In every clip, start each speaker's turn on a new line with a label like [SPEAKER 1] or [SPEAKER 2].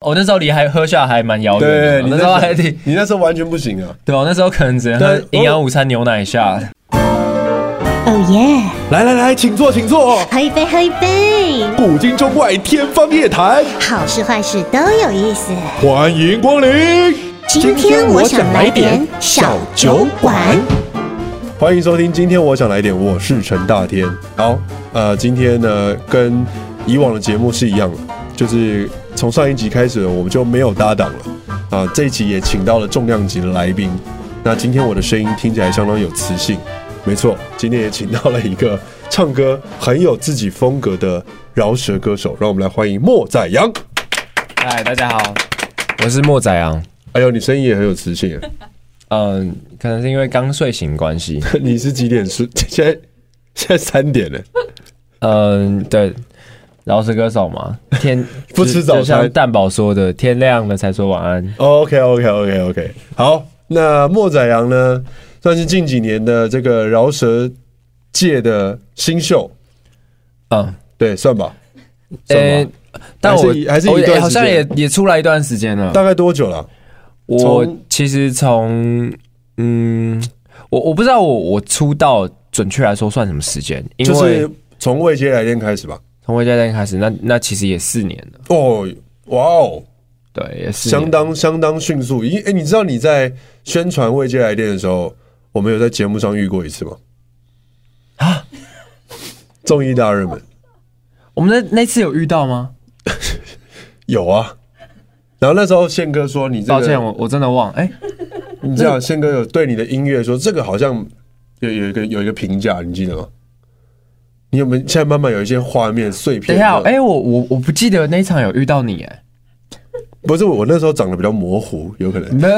[SPEAKER 1] 我哦那时候离还喝下还蛮遥远的
[SPEAKER 2] 对，
[SPEAKER 1] 嘛，
[SPEAKER 2] 你
[SPEAKER 1] 那时候
[SPEAKER 2] 啊那
[SPEAKER 1] 还挺
[SPEAKER 2] 时候你那时候完全不行啊！
[SPEAKER 1] 对吧？那时候可能只能喝
[SPEAKER 2] 对
[SPEAKER 1] 营养午餐牛奶下，
[SPEAKER 3] 哦耶！
[SPEAKER 2] 来来来，请坐，请坐。
[SPEAKER 3] 喝一杯，喝一杯，
[SPEAKER 2] 古今中外，天方夜谭，
[SPEAKER 3] 好事坏事都有意思。
[SPEAKER 2] 欢迎光临。
[SPEAKER 3] 今天我想来点小酒馆。
[SPEAKER 2] 欢迎收听，今天我想来点，我是陈大天。好，呃，今天呢跟以往的节目是一样的，就是从上一集开始我们就没有搭档了啊、这一集也请到了重量级的来宾。那今天我的声音听起来相当有磁性，没错，今天也请到了一个唱歌很有自己风格的饶舌歌手，让我们来欢迎莫宰阳。
[SPEAKER 1] 嗨，大家好，我是莫仔昂。
[SPEAKER 2] 哎呦，你声音也很有磁性耶，呃
[SPEAKER 1] 嗯，可能是因为刚睡醒关系。
[SPEAKER 2] 你是几点睡？现在现在三点了。
[SPEAKER 1] 嗯，对，饶舌歌手嘛，天
[SPEAKER 2] 不吃
[SPEAKER 1] 就
[SPEAKER 2] 早餐
[SPEAKER 1] 就像蛋宝说的，天亮了才说晚安。
[SPEAKER 2] OK OK OK OK，好，那莫宰阳呢，算是近几年的这个饶舌界的新秀，
[SPEAKER 1] 嗯，
[SPEAKER 2] 对，算吧，算吧。
[SPEAKER 1] 呃但我
[SPEAKER 2] 啊
[SPEAKER 1] 哦
[SPEAKER 2] 还是一还是一
[SPEAKER 1] 我也
[SPEAKER 2] 段时间
[SPEAKER 1] 好像也也出来一段时间了。
[SPEAKER 2] 大概多久了？
[SPEAKER 1] 我
[SPEAKER 2] 从
[SPEAKER 1] 其实从嗯，我我不知道我我出道准确来说算什么时间，因
[SPEAKER 2] 就
[SPEAKER 1] 为
[SPEAKER 2] 是从未接来电开始吧。
[SPEAKER 1] 从回家那天开始，那那其实也四年了，
[SPEAKER 2] 哦，哇哦，
[SPEAKER 1] 对，也是
[SPEAKER 2] 相当相当迅速。因哎、你知道你在宣传未接来电的时候，我们有在节目上遇过一次吗？啊，综艺大热门
[SPEAKER 1] 我们那那次有遇到吗？
[SPEAKER 2] 有啊。然后那时候宪哥说：“你这个
[SPEAKER 1] 抱歉，我我真的忘了，哎、
[SPEAKER 2] 你知道宪哥有对你的音乐说，这个好像有有一个有一个评价，你记得吗？你有没有现在慢慢有一些画面碎片？
[SPEAKER 1] 等一下，哎、我我我不记得那一场有遇到你、 哎，
[SPEAKER 2] 不是我我那时候长得比较模糊，有可能
[SPEAKER 1] 那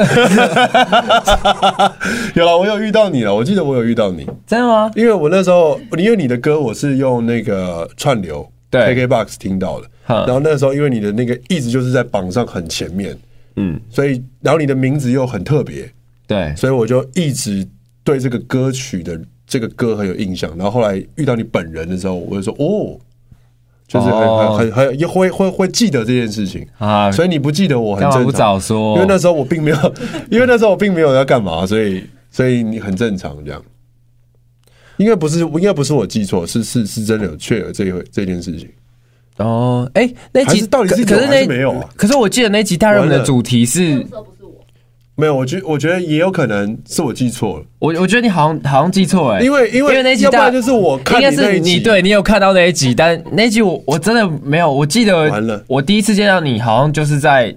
[SPEAKER 2] 有了，我有遇到你了，我记得我有遇到你，
[SPEAKER 1] 真的吗？
[SPEAKER 2] 因为我那时候因为你的歌我是用那个串流
[SPEAKER 1] 对
[SPEAKER 2] KKBox 听到的，
[SPEAKER 1] 哼
[SPEAKER 2] 然后那时候因为你的那个一直就是在榜上很前面，
[SPEAKER 1] 嗯，
[SPEAKER 2] 所以然后你的名字又很特别，
[SPEAKER 1] 对，
[SPEAKER 2] 所以我就一直对这个歌曲的这个歌很有印象。然后后来遇到你本人的时候，我就说哦，就是很、
[SPEAKER 1] 哦
[SPEAKER 2] 很很很也会会会记得这件事情
[SPEAKER 1] 啊
[SPEAKER 2] 所以你不记得我很
[SPEAKER 1] 干嘛
[SPEAKER 2] 正
[SPEAKER 1] 不
[SPEAKER 2] 常，
[SPEAKER 1] 早说？
[SPEAKER 2] 因为那时候我并没有， 因为那时候我并没有要干嘛，所以所以你很正常这样。应该不是，应该不是我记错，是是是真的有确有这一回这件事情。
[SPEAKER 1] 哦，哎、那
[SPEAKER 2] 还
[SPEAKER 1] 集
[SPEAKER 2] 是到底是
[SPEAKER 1] 可可
[SPEAKER 2] 有
[SPEAKER 1] 是
[SPEAKER 2] 还
[SPEAKER 1] 那
[SPEAKER 2] 是没有啊
[SPEAKER 1] 可是我记得那集大热门
[SPEAKER 2] 完
[SPEAKER 1] 的
[SPEAKER 2] 了
[SPEAKER 1] 主题是，
[SPEAKER 2] 没有，我觉我觉得也有可能是我记错了，
[SPEAKER 1] 我我觉得你好像好像记错哎、
[SPEAKER 2] 因为因为
[SPEAKER 1] 那集
[SPEAKER 2] 要不
[SPEAKER 1] 大
[SPEAKER 2] 然就是我看
[SPEAKER 1] 应该
[SPEAKER 2] 你那
[SPEAKER 1] 是
[SPEAKER 2] 一集
[SPEAKER 1] 你对你有看到那一集，但那一集我我真的没有，我记得
[SPEAKER 2] 完了
[SPEAKER 1] 我第一次见到你好像就是在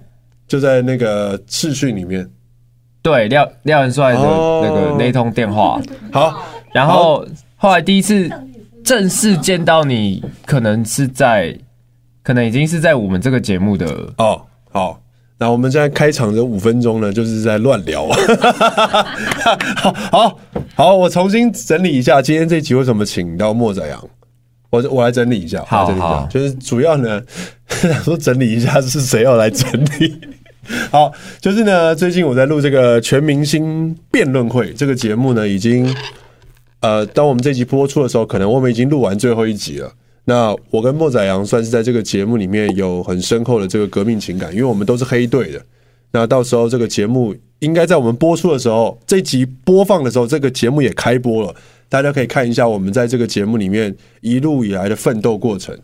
[SPEAKER 2] 就在那个视讯里面。
[SPEAKER 1] 对廖廖元帅的
[SPEAKER 2] 哦
[SPEAKER 1] 那个那通电话，
[SPEAKER 2] 好，
[SPEAKER 1] 然后后来第一次正式见到你，可能是在可能已经是在我们这个节目的
[SPEAKER 2] 哦，好，那我们现在开场的五分钟呢，就是在乱聊。 好好好，我重新整理一下今天这集为什么请到莫仔阳，我我来整理一下，我来
[SPEAKER 1] 好
[SPEAKER 2] 整理一下
[SPEAKER 1] 好，
[SPEAKER 2] 就是主要呢， 想说整理一下是谁要来整理。 好，就是呢，最近我在录这个全明星辩论会这个节目呢，已经呃，当我们这集播出的时候，可能我们已经录完最后一集了。那我跟莫仔阳算是在这个节目里面有很深厚的这个革命情感，因为我们都是黑队的。那到时候这个节目应该在我们播出的时候，这集播放的时候，这个节目也开播了，大家可以看一下我们在这个节目里面一路以来的奋斗过程。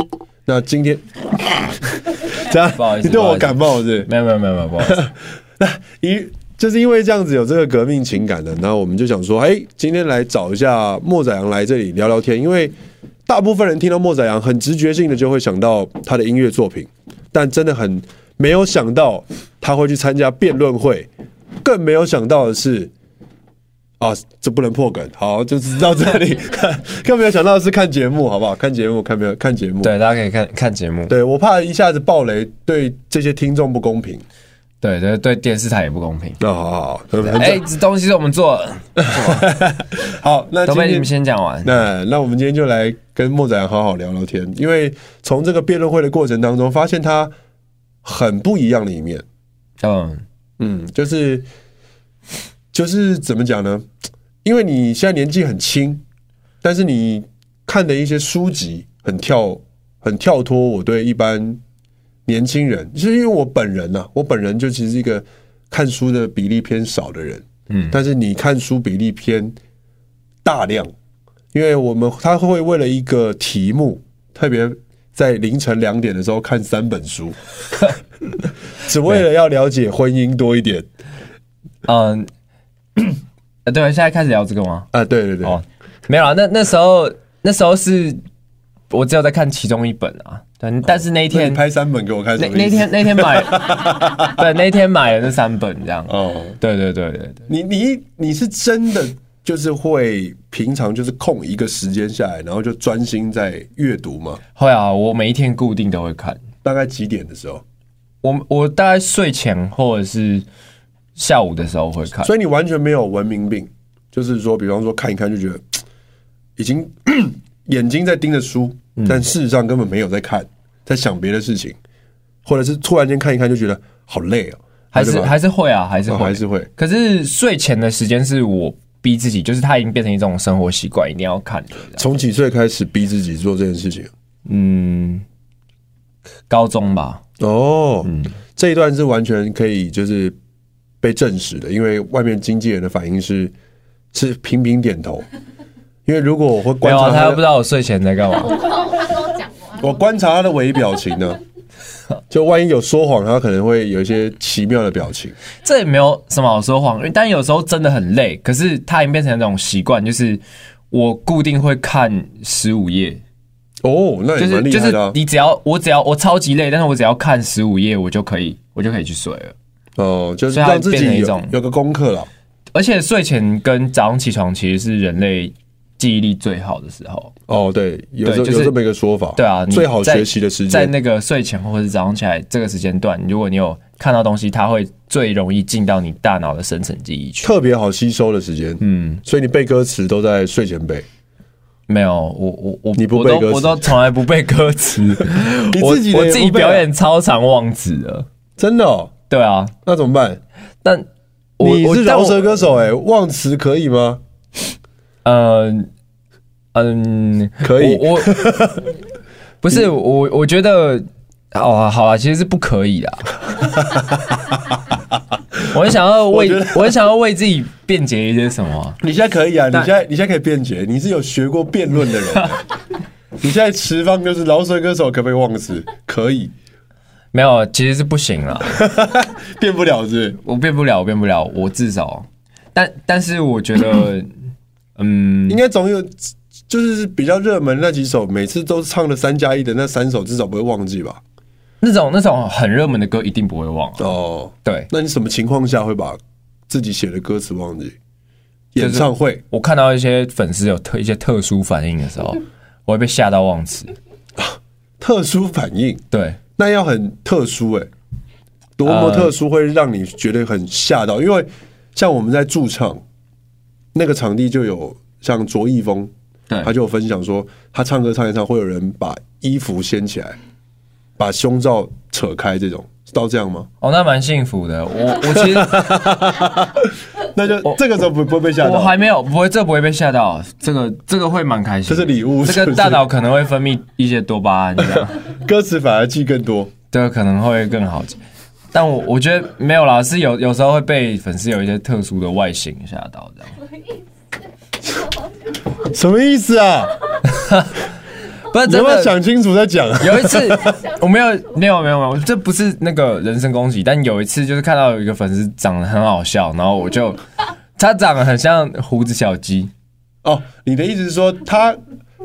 [SPEAKER 2] 那今天， 这样
[SPEAKER 1] 不好意思
[SPEAKER 2] 你对
[SPEAKER 1] 不好
[SPEAKER 2] 我
[SPEAKER 1] 意思
[SPEAKER 2] 感冒是不是？
[SPEAKER 1] 没有没有没有没有，不好意 思
[SPEAKER 2] 一就是因为这样子有这个革命情感的，然后我们就想说，哎、今天来找一下莫宰阳来这里聊聊天，因为大部分人听到莫宰阳，很直觉性的就会想到他的音乐作品，但真的很没有想到他会去参加辩论会，更没有想到的是。 啊，这不能破梗，好，就是到这里。 更没有想到的是看节目，好不好？看节目，看没有看节目？
[SPEAKER 1] 对，大家可以看看节目，
[SPEAKER 2] 对我怕一下子爆雷，对这些听众不公平。
[SPEAKER 1] 对对对，电视台也不公平。
[SPEAKER 2] 那好好好，很
[SPEAKER 1] 哎、这东西是我们做的，
[SPEAKER 2] 好，那
[SPEAKER 1] 都
[SPEAKER 2] 今
[SPEAKER 1] 被你
[SPEAKER 2] 天
[SPEAKER 1] 们先讲完。
[SPEAKER 2] 那那我们今天就来跟莫仔阳好好聊聊天，因为从这个辩论会的过程当中，发现他很不一样的一面。
[SPEAKER 1] 嗯，
[SPEAKER 2] 嗯，就是就是怎么讲呢？因为你现在年纪很轻，但是你看的一些书籍很跳很跳脱我对一般年轻人，就是因为我本人呐、我本人就其实是一个看书的比例偏少的人，嗯，但是你看书比例偏大量，因为我们他会为了一个题目，特别在凌晨两点的时候看三本书，只为了要了解婚姻多一点
[SPEAKER 1] 嗯， 呃对，现在开始聊这个吗？
[SPEAKER 2] 啊，对对对，
[SPEAKER 1] 哦，没有啊，那那时候那时候是我只有在看其中一本啊，对，但是那一
[SPEAKER 2] 那
[SPEAKER 1] 天
[SPEAKER 2] 你拍三本给我看什
[SPEAKER 1] 那
[SPEAKER 2] 么意思
[SPEAKER 1] 那天那天买， 对，那天买了那三本这样，
[SPEAKER 2] 哦，
[SPEAKER 1] 对对对对对，
[SPEAKER 2] 你你你是真的就是会平常就是空一个时间下来，然后就专心在阅读吗？
[SPEAKER 1] 会啊，我每一天固定都会看，
[SPEAKER 2] 大概几点的时候？
[SPEAKER 1] 我我大概睡前或者是下午的时候会看，
[SPEAKER 2] 所以你完全没有文明病，就是说，比方说看一看就觉得嘖已经 咳眼睛在盯着书，
[SPEAKER 1] 嗯
[SPEAKER 2] 但事实上根本没有在看，在想别的事情，或者是突然间看一看就觉得好累哦，
[SPEAKER 1] 还是
[SPEAKER 2] 然后就把
[SPEAKER 1] 还是会啊，还是
[SPEAKER 2] 哦
[SPEAKER 1] 会，
[SPEAKER 2] 还是会
[SPEAKER 1] 可是睡前的时间是我逼自己，就是它已经变成一种生活习惯，一定要看的。这样
[SPEAKER 2] 从几岁开始逼自己做这件事情？
[SPEAKER 1] 嗯，高中吧，
[SPEAKER 2] 哦，这一段是完全可以就是被证实的，因为外面经纪人的反应是是频频点头， 因为如果我会
[SPEAKER 1] 没
[SPEAKER 2] 观
[SPEAKER 1] 有
[SPEAKER 2] 察
[SPEAKER 1] 啊，他
[SPEAKER 2] 他
[SPEAKER 1] 又不知
[SPEAKER 2] 的，
[SPEAKER 1] 道我睡前在干嘛。
[SPEAKER 2] 我观察他的微表情呢，就万一有说谎，他可能会有一些奇妙的表情。
[SPEAKER 1] 这也没有什么好说谎，因为但有时候真的很累，可是它已经变成一种习惯，就是我固定会看十五页，
[SPEAKER 2] 哦，那
[SPEAKER 1] 就
[SPEAKER 2] 也
[SPEAKER 1] 是
[SPEAKER 2] 蛮厉
[SPEAKER 1] 就
[SPEAKER 2] 害
[SPEAKER 1] 是
[SPEAKER 2] 的啊、
[SPEAKER 1] 你只要我只要我超级累，但是我只要看十五页，我就可以我就可以去睡了。
[SPEAKER 2] 哦，就是
[SPEAKER 1] 所以他
[SPEAKER 2] 让自
[SPEAKER 1] 变成
[SPEAKER 2] 己
[SPEAKER 1] 一
[SPEAKER 2] 有
[SPEAKER 1] 种
[SPEAKER 2] 有个功课了。
[SPEAKER 1] 而且睡前跟早上起床其实是人类记忆力最好的时候。
[SPEAKER 2] 哦，对，有
[SPEAKER 1] 对
[SPEAKER 2] 这、
[SPEAKER 1] 就是
[SPEAKER 2] 有这么一个说法，
[SPEAKER 1] 对啊，你
[SPEAKER 2] 最好
[SPEAKER 1] 在
[SPEAKER 2] 学习的时
[SPEAKER 1] 在
[SPEAKER 2] 间。
[SPEAKER 1] 那个睡前或者是早上起来这个时间段，如果你有看到东西，它会最容易进到你大脑的深层记忆去。
[SPEAKER 2] 特别好吸收的时间，
[SPEAKER 1] 嗯，
[SPEAKER 2] 所以你背歌词都在睡前背，
[SPEAKER 1] 没有，我我我
[SPEAKER 2] 你不
[SPEAKER 1] 我
[SPEAKER 2] 背
[SPEAKER 1] 都
[SPEAKER 2] 歌词
[SPEAKER 1] 我都从来不背歌 词，
[SPEAKER 2] 你
[SPEAKER 1] 我
[SPEAKER 2] 自己的
[SPEAKER 1] 我
[SPEAKER 2] 也
[SPEAKER 1] 自
[SPEAKER 2] 不
[SPEAKER 1] 己
[SPEAKER 2] 背啊
[SPEAKER 1] 表演超常忘词的，
[SPEAKER 2] 真的、哦，
[SPEAKER 1] 对啊，
[SPEAKER 2] 那怎么办？
[SPEAKER 1] 但我
[SPEAKER 2] 你
[SPEAKER 1] 我
[SPEAKER 2] 是
[SPEAKER 1] 但
[SPEAKER 2] 饶
[SPEAKER 1] 我
[SPEAKER 2] 舌歌手哎、忘词可以吗？
[SPEAKER 1] 嗯嗯，
[SPEAKER 2] 可以
[SPEAKER 1] 我我不是我，我觉得哦，好啊，其实是不可以的。 我很想要为
[SPEAKER 2] 我觉得
[SPEAKER 1] 我很想要为自己辩解一些什么啊、
[SPEAKER 2] 你现在可以啊，你
[SPEAKER 1] 但
[SPEAKER 2] 现在你现在可以辩解，你是有学过辩论的人欸、 你现在持方就是饶舌歌手可不可以忘词？可以，
[SPEAKER 1] 没有，其实是不行了，
[SPEAKER 2] 辩不了是不
[SPEAKER 1] 我变不了，我变不了，我至少，但但是我觉得，嗯
[SPEAKER 2] 是，应该总有就是比较热门那几首，每次都唱了三加一的那三首，至少不会忘记吧？
[SPEAKER 1] 那种那种很热门的歌一定不会忘啊、
[SPEAKER 2] 哦，
[SPEAKER 1] 对，
[SPEAKER 2] 那你什么情况下会把自己写的歌词忘记？
[SPEAKER 1] 是
[SPEAKER 2] 演唱会
[SPEAKER 1] 我看到一些粉丝有特一些特殊反应的时候，我会被吓到忘词。
[SPEAKER 2] 特殊反应，
[SPEAKER 1] 对，
[SPEAKER 2] 那要很特殊哎、多么特殊会让你觉得很吓到？因为像我们在驻唱那个场地就有像卓一峰，
[SPEAKER 1] 对
[SPEAKER 2] 他就有分享说，他唱歌唱一唱，会有人把衣服掀起来，把胸罩扯开，这种是到这样吗？
[SPEAKER 1] 哦，那蛮幸福的。 我我其实
[SPEAKER 2] 那就这个时候不不会被吓
[SPEAKER 1] 哦我还
[SPEAKER 2] 到。
[SPEAKER 1] 没有，不会，这不会被吓到，这个这个会蛮开心
[SPEAKER 2] 这
[SPEAKER 1] 的。
[SPEAKER 2] 是礼物
[SPEAKER 1] 这
[SPEAKER 2] 是不
[SPEAKER 1] 个
[SPEAKER 2] 是
[SPEAKER 1] 大脑可能会分泌一些多巴胺，这 样
[SPEAKER 2] 歌词反而记更多，
[SPEAKER 1] 这个可能会更好。但我我觉得没有啦，是有有时候会被粉丝有一些特殊的外形吓到，这样
[SPEAKER 2] 什么意思啊？
[SPEAKER 1] 不是
[SPEAKER 2] 你 要
[SPEAKER 1] 真
[SPEAKER 2] 不要
[SPEAKER 1] 的。
[SPEAKER 2] 想清楚再讲？
[SPEAKER 1] 有 一次，我没有没有没有没有，这不是那个人身攻击，但有一次就是看到有一个粉丝长得很好笑，然后我就他长得很像胡子小鸡，
[SPEAKER 2] 哦，你的意思是说，他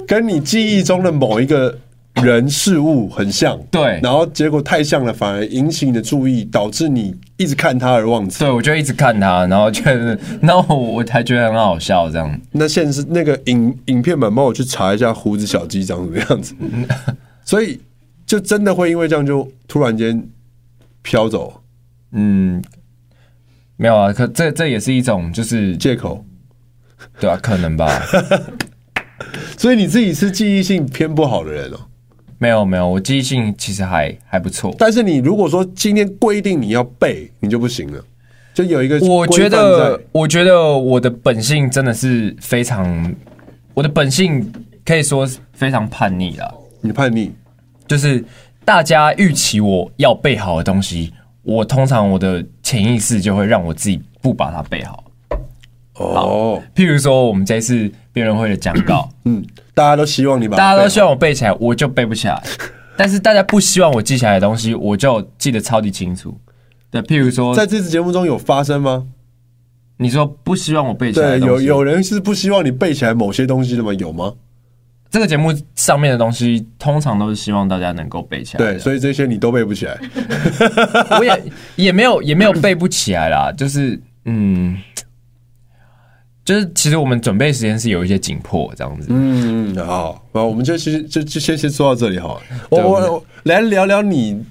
[SPEAKER 2] 跟你记忆中的某一个人事物很像，
[SPEAKER 1] 对
[SPEAKER 2] 然后结果太像了，反而引起你的注意，导致你一直看他而忘记。
[SPEAKER 1] 对我就一直看他，然后觉得， 然后我才觉得很好笑这样。
[SPEAKER 2] 那现实那个影影片版，帮我去查一下胡子小鸡长什么 样子。所以就真的会因为这样就突然间飘走
[SPEAKER 1] 嗯，没有啊，可这这也是一种就是
[SPEAKER 2] 借口，
[SPEAKER 1] 对啊，可 能吧。
[SPEAKER 2] 所以你自己是记忆性偏不好的人哦。
[SPEAKER 1] 没有没有，我记忆性其实还还不错。
[SPEAKER 2] 但是你如果说今天规定你要背，你就不行了，就有一个
[SPEAKER 1] 我觉
[SPEAKER 2] 规范
[SPEAKER 1] 得
[SPEAKER 2] 在，
[SPEAKER 1] 我觉得我的本性真的是非常，我的本性可以说是非常叛逆啦，
[SPEAKER 2] 你叛逆。
[SPEAKER 1] 就是大家预期我要背好的东西，我通常我的潜意识就会让我自己不把它背好。
[SPEAKER 2] 哦，
[SPEAKER 1] 譬如说，我们这次辩论会的讲稿，
[SPEAKER 2] 嗯，大家都希望你把，
[SPEAKER 1] 大家都希望我背起来，我就背不起来。但是大家不希望我记起来的东西，我就记得超级清楚。对，譬如说，
[SPEAKER 2] 在这次节目中有发生吗？
[SPEAKER 1] 你说不希望我背起来的
[SPEAKER 2] 对，
[SPEAKER 1] 东
[SPEAKER 2] 有
[SPEAKER 1] 西，
[SPEAKER 2] 有人是不希望你背起来某些东西的吗？有吗？
[SPEAKER 1] 这个节目上面的东西，通常都是希望大家能够背起来的。
[SPEAKER 2] 对，所以这些你都背不起来。
[SPEAKER 1] 我也也没有也没有背不起来啦，就是嗯，就是其实我们准备时间是有一些紧迫这样子。
[SPEAKER 2] 嗯，好，那我们就先就就先先说到这里好了。我
[SPEAKER 1] 对我
[SPEAKER 2] 我
[SPEAKER 1] 们
[SPEAKER 2] 我来聊聊你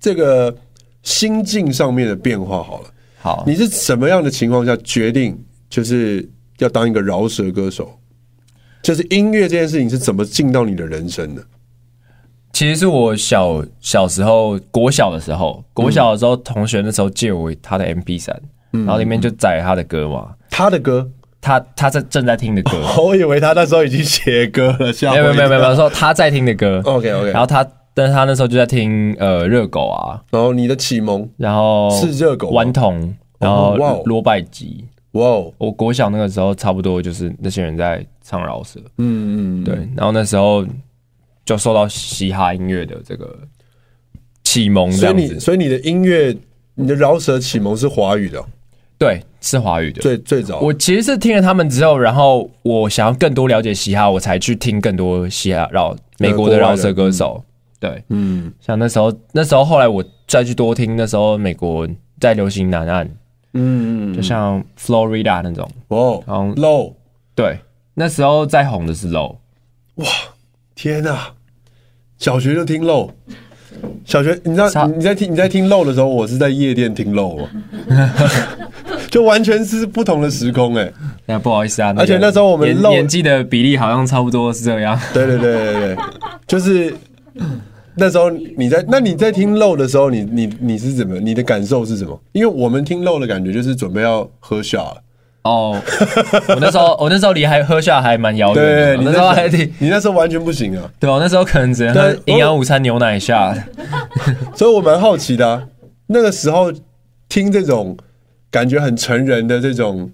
[SPEAKER 2] 这个心境上面的变化好了。
[SPEAKER 1] 好，
[SPEAKER 2] 你是什么样的情况下决定就是要当一个饶舌歌手？就是音乐这件事情是怎么进到你的人生的？
[SPEAKER 1] 其实是我小小时候国小的时候，国小的时
[SPEAKER 2] 嗯
[SPEAKER 1] 候、同学那时候借我他的 MP 三、然后里面就载他的歌嘛，
[SPEAKER 2] 他的歌，
[SPEAKER 1] 他他在正在听的歌，
[SPEAKER 2] 我以为他那时候已经写歌了，吓
[SPEAKER 1] 没有没有没有没
[SPEAKER 2] 哦
[SPEAKER 1] 有，说他在听的歌
[SPEAKER 2] OK，OK
[SPEAKER 1] 然后他但是他那时候就在听呃热狗啊，
[SPEAKER 2] 然后你的启蒙，
[SPEAKER 1] 然后
[SPEAKER 2] 是热狗吗啊
[SPEAKER 1] 顽童，然
[SPEAKER 2] 哦哇哦
[SPEAKER 1] 后罗百吉。
[SPEAKER 2] 哇哦，
[SPEAKER 1] 我国小那个时候，差不多就是那些人在唱饶舌，
[SPEAKER 2] 嗯嗯，
[SPEAKER 1] 对，然后那时候就受到嘻哈音乐的这个启蒙，嗯这
[SPEAKER 2] 所以
[SPEAKER 1] 样
[SPEAKER 2] 你
[SPEAKER 1] 子，
[SPEAKER 2] 所以你的音乐，你的饶舌启蒙是华语的哦，
[SPEAKER 1] 对，是华语的。
[SPEAKER 2] 最最早，
[SPEAKER 1] 我其实是听了他们之后，然后我想要更多了解嘻哈，我才去听更多嘻哈饶美国的饶舌歌手。对，
[SPEAKER 2] 嗯
[SPEAKER 1] 像那时候，那时候后来我再去多听那时候美国在流行南岸，
[SPEAKER 2] 嗯嗯，
[SPEAKER 1] 就像 Florida 那种，
[SPEAKER 2] 哇哦
[SPEAKER 1] 然后
[SPEAKER 2] ，low，
[SPEAKER 1] 对，那时候在红的是 Low，
[SPEAKER 2] 天哪，小学就听 low。小学，你知道
[SPEAKER 1] 啥
[SPEAKER 2] 你在听你在听 low 的时候，我是在夜店听 low 哦 就完全是不同的时空哎、
[SPEAKER 1] 那不好意思啊，个
[SPEAKER 2] 而且那时候我们
[SPEAKER 1] 演
[SPEAKER 2] 漏
[SPEAKER 1] 演技的比例好像差不多是这样。
[SPEAKER 2] 对对对对对，就是那时候你在，那你在听漏的时候，你你你是怎么，你的感受是什么？因为我们听漏的感觉就是准备要喝下了，
[SPEAKER 1] 哦，我那时候我那时候离还喝下还蛮遥远的
[SPEAKER 2] 对，
[SPEAKER 1] 嘛，
[SPEAKER 2] 你
[SPEAKER 1] 那时候还挺
[SPEAKER 2] 你那时候完全不行啊，
[SPEAKER 1] 对哦，那时候可能只能喝
[SPEAKER 2] 对
[SPEAKER 1] 营养午餐牛奶下，
[SPEAKER 2] 所以我蛮好奇的啊、那个时候听这种感觉很成人的这种，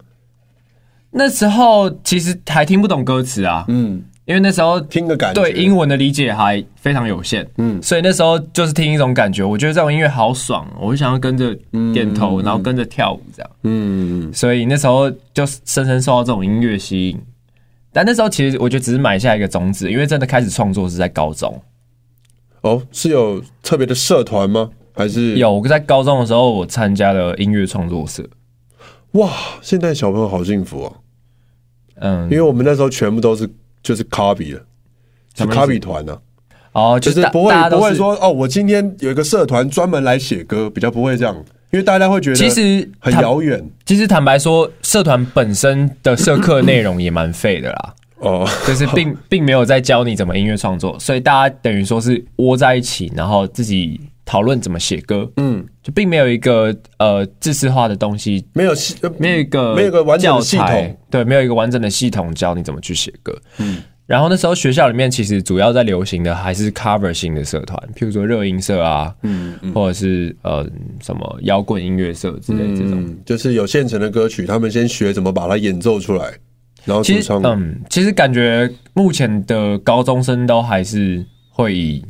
[SPEAKER 1] 那时候其实还听不懂歌词啊，
[SPEAKER 2] 嗯，
[SPEAKER 1] 因为那时候
[SPEAKER 2] 听的感觉，
[SPEAKER 1] 对英文的理解还非常有限，嗯，所以那时候就是听一种感觉，我觉得这种音乐好爽，哦我就想要跟着点头，然后跟着跳舞这样，
[SPEAKER 2] 嗯，
[SPEAKER 1] 所以那时候就深深受到这种音乐吸引。但那时候其实我觉得只是埋下一个种子，因为真的开始创作是在高中。
[SPEAKER 2] 哦，是有特别的社团吗？还是
[SPEAKER 1] 有我在高中的时候，我参加了音乐创作社，
[SPEAKER 2] 哇？现在小朋友好幸福哦、
[SPEAKER 1] 嗯
[SPEAKER 2] 因，为我们那时候全部都是就是 copy 的，就
[SPEAKER 1] 什么意思
[SPEAKER 2] copy 团呢、啊。
[SPEAKER 1] 哦，
[SPEAKER 2] 就是
[SPEAKER 1] 大
[SPEAKER 2] 不
[SPEAKER 1] 大家
[SPEAKER 2] 会
[SPEAKER 1] 都
[SPEAKER 2] 不会
[SPEAKER 1] 是。
[SPEAKER 2] 说哦，我今天有一个社团专门来写歌，比较不会这样，因为大家会觉得
[SPEAKER 1] 其实
[SPEAKER 2] 很
[SPEAKER 1] 坦
[SPEAKER 2] 遥远
[SPEAKER 1] 其实坦白说，社团本身的社课内容也蛮废的啦，
[SPEAKER 2] 哦。
[SPEAKER 1] 就是并并没有在教你怎么音乐创作，所以大家等于说是窝在一起，然后自己讨论怎么写歌，嗯，就并没有一个呃知识化的东西，
[SPEAKER 2] 没有系呃
[SPEAKER 1] 没有一个
[SPEAKER 2] 没有一个完整的系
[SPEAKER 1] 教材
[SPEAKER 2] 统，
[SPEAKER 1] 对，没有一个完整的系统教你怎么去写歌，嗯。然后那时候学校里面其实主要在流行的还是 cover 型的社团，譬如说热音社啊，嗯，或者是呃什么摇滚音乐社之类这种。
[SPEAKER 2] 嗯，就是有现成的歌曲，他们先学怎么把它演奏出来，然后主
[SPEAKER 1] 其实，
[SPEAKER 2] 唱。
[SPEAKER 1] 嗯，其实感觉目前的高中生都还是会以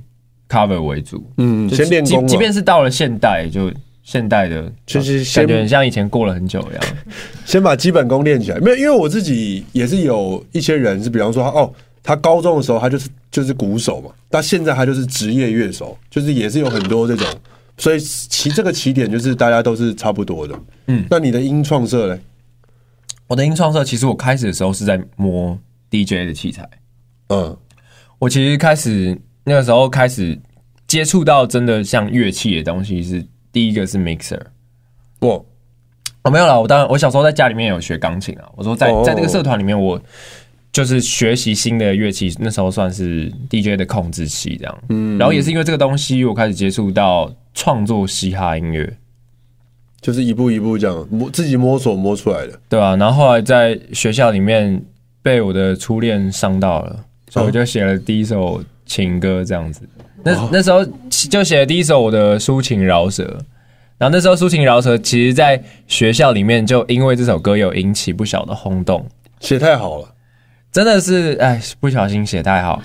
[SPEAKER 1] cover 为主，
[SPEAKER 2] 嗯，
[SPEAKER 1] 就
[SPEAKER 2] 先练
[SPEAKER 1] 即
[SPEAKER 2] 功
[SPEAKER 1] 即
[SPEAKER 2] 啊
[SPEAKER 1] 便，是到了现代，就现代的，啊
[SPEAKER 2] 就是先
[SPEAKER 1] 感觉很像以前过了很久一样。
[SPEAKER 2] 先把基本功练起来。没有，因为我自己也是有一些人是，比方说他哦，他高中的时候他就是就是鼓手嘛，但现在他就是职业乐手，就是也是有很多这种，所以起这个起点就是大家都是差不多的。嗯，那你的音创社嘞？
[SPEAKER 1] 我的音创社其实我开始的时候是在摸 DJ 的器材，
[SPEAKER 2] 嗯。
[SPEAKER 1] 我其实开始那个时候开始接触到真的像乐器的东西是第一个是 mixer。
[SPEAKER 2] 哇，
[SPEAKER 1] 哦，没有啦，我当然，我小时候在家里面有学钢琴啊。我说在
[SPEAKER 2] 哦
[SPEAKER 1] 在这个社团里面，我就是学习新的乐器，那时候算是 DJ 的控制器这样。嗯，然后也是因为这个东西，我开始接触到创作嘻哈音乐，
[SPEAKER 2] 就是一步一步这样摸自己摸索摸出来的。
[SPEAKER 1] 对啊，然后后来在学校里面被我的初恋伤到了，所以我就写了第一首情歌这样子。那、那时候就写了第一首我的抒情饶舌，然后那时候抒情饶舌其实在学校里面就因为这首歌有引起不小的轰动，
[SPEAKER 2] 写太好了，
[SPEAKER 1] 真的是哎不小心写太好。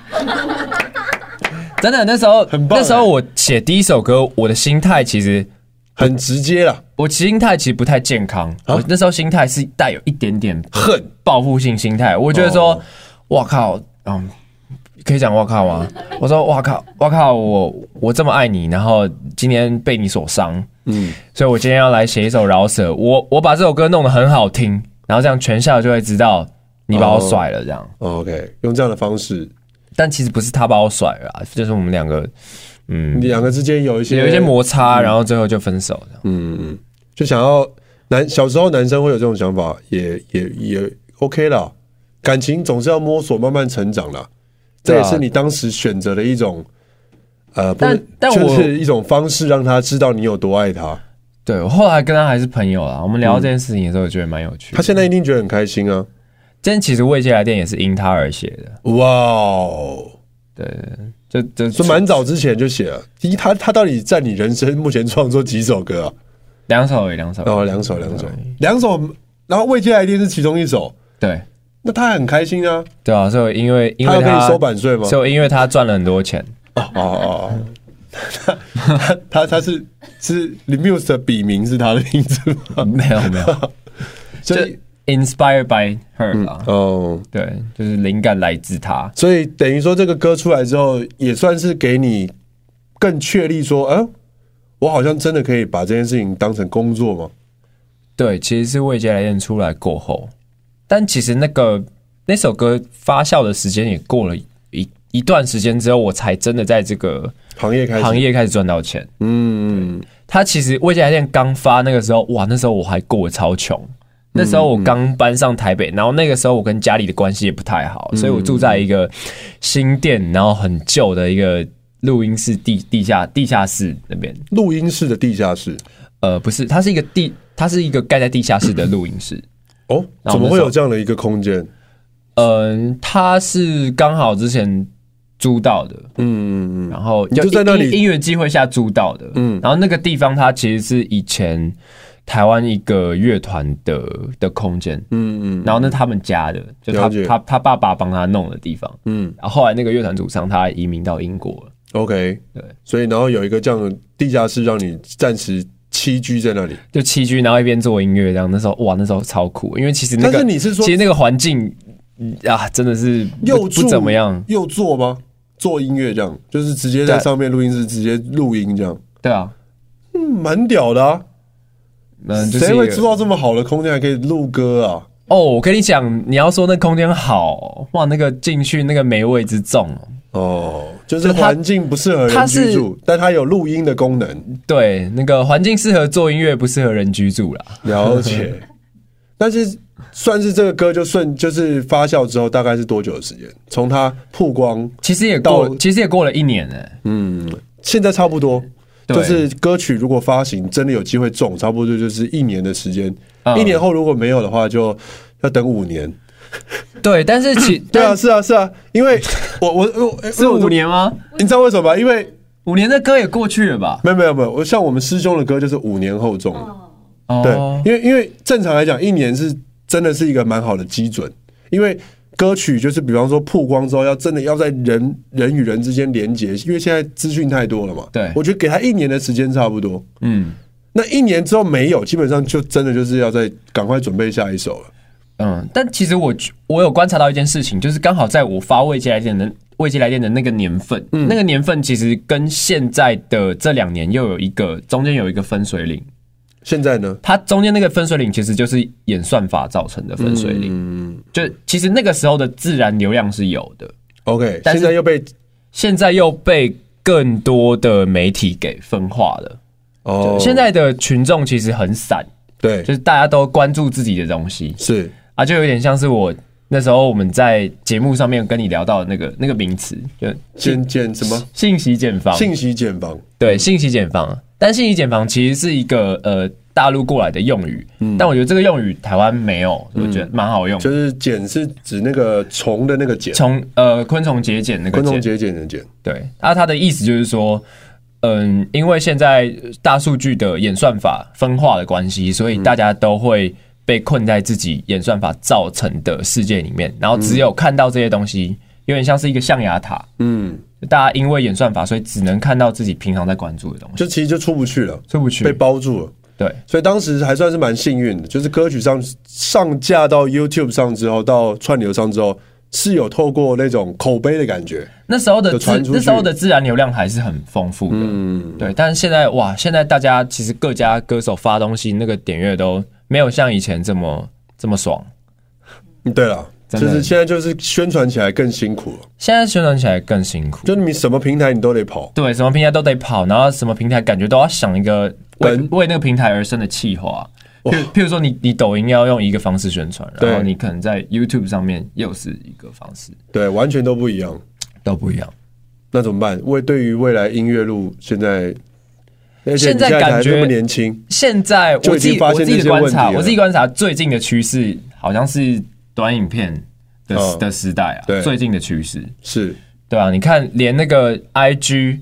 [SPEAKER 1] 真的，那时候
[SPEAKER 2] 很棒
[SPEAKER 1] 那
[SPEAKER 2] 哎
[SPEAKER 1] 时候我写第一首歌，我的心态其实
[SPEAKER 2] 很直接啦，
[SPEAKER 1] 我心态其实不太健康，
[SPEAKER 2] 啊
[SPEAKER 1] 我那时候心态是带有一点点
[SPEAKER 2] 恨
[SPEAKER 1] 报复性心态，我觉得说
[SPEAKER 2] 哦，
[SPEAKER 1] 哇靠，嗯，可以讲哇靠吗？我说哇靠，哇靠，我我这么爱你，然后今天被你所伤，
[SPEAKER 2] 嗯，
[SPEAKER 1] 所以我今天要来写一首饶舌，我我把这首歌弄得很好听，然后这样全校就会知道你把我
[SPEAKER 2] 哦
[SPEAKER 1] 甩了这样，
[SPEAKER 2] OK，用这样的方式，
[SPEAKER 1] 但其实不是他把我甩了啊，就是我们两个嗯
[SPEAKER 2] 两个之间有一些
[SPEAKER 1] 有一些摩擦，
[SPEAKER 2] 嗯
[SPEAKER 1] 然后最后就分手这样。
[SPEAKER 2] 就想要男小时候男生会有这种想法，也也也 OK 啦。感情总是要摸索，慢慢成长啦。这
[SPEAKER 1] 对啊
[SPEAKER 2] 也是你当时选择的一种，呃，不
[SPEAKER 1] 但但我嗯
[SPEAKER 2] 就是一种方式，让他知道你有多爱他。
[SPEAKER 1] 对我后来跟他还是朋友啦，我们聊到这件事情的时候，我觉得蛮有趣的。
[SPEAKER 2] 他现在一定觉得很开心啊！
[SPEAKER 1] 今天其实《未接来电》也是因他而写的，
[SPEAKER 2] 哇哦，
[SPEAKER 1] 对对，对就就
[SPEAKER 2] 所以蛮早之前就写了。第一，他他到底在你人生目前创作几首歌啊？
[SPEAKER 1] 两首而已，两首。
[SPEAKER 2] 然后两首，两首，两首，然后未接来电是其中一首，
[SPEAKER 1] 对
[SPEAKER 2] 那他很开心啊！
[SPEAKER 1] 对啊，所以因为因
[SPEAKER 2] 他
[SPEAKER 1] 为
[SPEAKER 2] 要
[SPEAKER 1] 他
[SPEAKER 2] 被收版税吗？
[SPEAKER 1] 所以因为他赚了很多 钱，
[SPEAKER 2] 哦哦 哦，他他他是是 Lemuse 的笔名是他的名字 吗？
[SPEAKER 1] 没有没有，就
[SPEAKER 2] 所以
[SPEAKER 1] inspired by her 啦，
[SPEAKER 2] 哦，
[SPEAKER 1] 对，就是灵感来自他。
[SPEAKER 2] 所以等于说这个歌出来之后，也算是给你更确立说，嗯、我好像真的可以把这件事情当成工作吗？
[SPEAKER 1] 对，其实是未接来电出来过后，但其实那个那首歌发酵的时间也过了一一段时间之后，我才真的在这个
[SPEAKER 2] 行业开始，
[SPEAKER 1] 行业开始赚到钱。
[SPEAKER 2] 嗯，
[SPEAKER 1] 他其实未接来电刚发那个时候，哇，那时候我还过得超穷。那时候我刚搬上台北，然后那个时候我跟家里的关系也不太好，所以我住在一个新店，然后很旧的一个录音室地地下地下室那边。
[SPEAKER 2] 录音室的地下室，
[SPEAKER 1] 呃，不是，它是一个地，它是一个盖在地下室的录音室。
[SPEAKER 2] 哦，
[SPEAKER 1] 然后
[SPEAKER 2] 怎么
[SPEAKER 1] 那
[SPEAKER 2] 会
[SPEAKER 1] 时候
[SPEAKER 2] 有这样的一个空间？
[SPEAKER 1] 嗯，它是刚好之前租到的，
[SPEAKER 2] 嗯嗯嗯，
[SPEAKER 1] 然后
[SPEAKER 2] 你就在那里
[SPEAKER 1] 因因缘机会下租到的，嗯，然后那个地方它其实是以前台湾一个乐团的的空间，嗯嗯，然后那他们家的，就他
[SPEAKER 2] 了解
[SPEAKER 1] 他他爸爸帮他弄的地方，嗯，然后后来那个乐团主唱他移民到英国了，
[SPEAKER 2] OK，
[SPEAKER 1] 对，
[SPEAKER 2] 所以然后有一个这样的地下室，让你暂时栖居在那里。
[SPEAKER 1] 就栖居，然后一边做音乐这样，那时候哇，那时候超酷，因为其实那个
[SPEAKER 2] 但是你是说
[SPEAKER 1] 其实那个环境嗯啊，真的是不
[SPEAKER 2] 又
[SPEAKER 1] 不怎么样，
[SPEAKER 2] 又做吗？做音乐这样，就是直接在
[SPEAKER 1] 对
[SPEAKER 2] 上面录音室直接录音这样，
[SPEAKER 1] 对啊，
[SPEAKER 2] 嗯，蛮屌的啊！
[SPEAKER 1] 嗯，就是
[SPEAKER 2] 谁会
[SPEAKER 1] 一个
[SPEAKER 2] 制造这么好的空间还可以录歌啊？
[SPEAKER 1] 哦，我跟你讲，你要说那空间好哇，那个进去那个霉味之重哦，
[SPEAKER 2] 哦，就是
[SPEAKER 1] 就它
[SPEAKER 2] 环境不适合人
[SPEAKER 1] 它是
[SPEAKER 2] 居住，但它有录音的 功能，
[SPEAKER 1] 对，那个环境适合做音乐，不适合人居住啦。
[SPEAKER 2] 了解。但是算是这个歌就顺就是发酵之后，大概是多久的时间？从它曝光，
[SPEAKER 1] 其实也过
[SPEAKER 2] 到，
[SPEAKER 1] 其实也过了一年呢、
[SPEAKER 2] 嗯，现在差不多。
[SPEAKER 1] 对
[SPEAKER 2] 就是歌曲如果发行真的有机会中，差不多就是一年的时间。
[SPEAKER 1] 嗯
[SPEAKER 2] 一年后如果没有的话，就要等五年。
[SPEAKER 1] 对，但是其
[SPEAKER 2] 对啊，
[SPEAKER 1] 但
[SPEAKER 2] 是啊，是啊，因为我我我
[SPEAKER 1] 是五，年吗？
[SPEAKER 2] 因为我你知道为什么吗？因为
[SPEAKER 1] 五年的歌也过去了吧？
[SPEAKER 2] 没有没有没有，我像我们师兄的歌就是五年后中的，对
[SPEAKER 1] 哦，，
[SPEAKER 2] 因为因为正常来讲，一年是真的是一个蛮好的基准，因为歌曲就是比方说曝光之后，要真的要在人人与人之间连接，因为现在资讯太多了嘛，
[SPEAKER 1] 对
[SPEAKER 2] 我觉得给他一年的时间差不多，
[SPEAKER 1] 嗯
[SPEAKER 2] 那一年之后没有，基本上就真的就是要再赶快准备下一首了。
[SPEAKER 1] 嗯，但其实我我有观察到一件事情，就是刚好在我发未接来电的未接来电的那个年份，那个年份其实跟现在的这两年又有一个中间有一个分水岭，
[SPEAKER 2] 现在呢？
[SPEAKER 1] 它中间那个分水岭其实就是演算法造成的分水岭，
[SPEAKER 2] 嗯
[SPEAKER 1] 就其实那个时候的自然流量是有的，
[SPEAKER 2] ，OK，
[SPEAKER 1] 但
[SPEAKER 2] 现
[SPEAKER 1] 是
[SPEAKER 2] 在又被
[SPEAKER 1] 现在又被更多的媒体给分化了。
[SPEAKER 2] 哦，
[SPEAKER 1] 现在的群众其实很散，
[SPEAKER 2] 对
[SPEAKER 1] 就是大家都关注自己的东西
[SPEAKER 2] 是
[SPEAKER 1] 啊，就有点像是我那时候我们在节目上面跟你聊到的那个那个名词，就
[SPEAKER 2] 减减什么
[SPEAKER 1] 信息茧房。
[SPEAKER 2] 信息茧房。
[SPEAKER 1] 对，信息茧房。但信息茧房其实是一个呃大陆过来的用语，但我觉得这个用语台湾没有，我觉得蛮好用。
[SPEAKER 2] 嗯就是茧是指那个虫的那个茧，
[SPEAKER 1] 从呃昆虫节俭那个
[SPEAKER 2] 昆虫
[SPEAKER 1] 茧，
[SPEAKER 2] 节茧的茧。
[SPEAKER 1] 对，那它的意思就是说，嗯，因为现在大数据的演算法分化的关系，所以
[SPEAKER 2] 嗯
[SPEAKER 1] 大家都会被困在自己演算法造成的世界里面，然后只有看到这些东西，有点像是一个象牙塔，
[SPEAKER 2] 嗯，
[SPEAKER 1] 大家因为演算法，所以只能看到自己平常在关注的东西，
[SPEAKER 2] 就其实就出不去了，
[SPEAKER 1] 出不去
[SPEAKER 2] 被。包住了。
[SPEAKER 1] 对，
[SPEAKER 2] 所以当时还算是蛮幸运的，就是歌曲上上架到 YouTube 上之后，到串流上之后，是有透过那种口碑的感觉。
[SPEAKER 1] 那时候的
[SPEAKER 2] 就
[SPEAKER 1] 自
[SPEAKER 2] 传出去
[SPEAKER 1] 那时候的自然流量还是很丰富的，嗯，对。但是现在哇，现在大家其实各家歌手发东西，那个点阅都没有像以前这么这么爽。
[SPEAKER 2] 嗯对了，就
[SPEAKER 1] 真的
[SPEAKER 2] 是现在就是宣传起来更辛苦了，
[SPEAKER 1] 现在宣传起来更辛苦，
[SPEAKER 2] 就是你什么平台你都得跑。
[SPEAKER 1] 对，什么平台都得跑，然后什么平台感觉都要想一个为
[SPEAKER 2] 梗
[SPEAKER 1] 为那个平台而生的企划。譬如譬如说你，你抖音要用一个方式宣传，然后
[SPEAKER 2] 对
[SPEAKER 1] 你可能在 YouTube 上面又是一个方式，
[SPEAKER 2] 对，完全都不一样。
[SPEAKER 1] 都不一样。
[SPEAKER 2] 那怎么办？为对于未来音乐路，现在而且
[SPEAKER 1] 现
[SPEAKER 2] 你
[SPEAKER 1] 在
[SPEAKER 2] 现在
[SPEAKER 1] 感
[SPEAKER 2] 还
[SPEAKER 1] 觉
[SPEAKER 2] 那么年轻，
[SPEAKER 1] 现在
[SPEAKER 2] 就
[SPEAKER 1] 我
[SPEAKER 2] 已
[SPEAKER 1] 自
[SPEAKER 2] 经
[SPEAKER 1] 己
[SPEAKER 2] 发
[SPEAKER 1] 我
[SPEAKER 2] 现
[SPEAKER 1] 自己
[SPEAKER 2] 这
[SPEAKER 1] 的
[SPEAKER 2] 些
[SPEAKER 1] 观
[SPEAKER 2] 问题
[SPEAKER 1] 察，
[SPEAKER 2] 了
[SPEAKER 1] 我自己观察最近的趋势好像是短影片的、
[SPEAKER 2] 嗯
[SPEAKER 1] 的时代
[SPEAKER 2] 对
[SPEAKER 1] 啊，最近的趋势，
[SPEAKER 2] 是
[SPEAKER 1] 对啊，你看连那个 IG，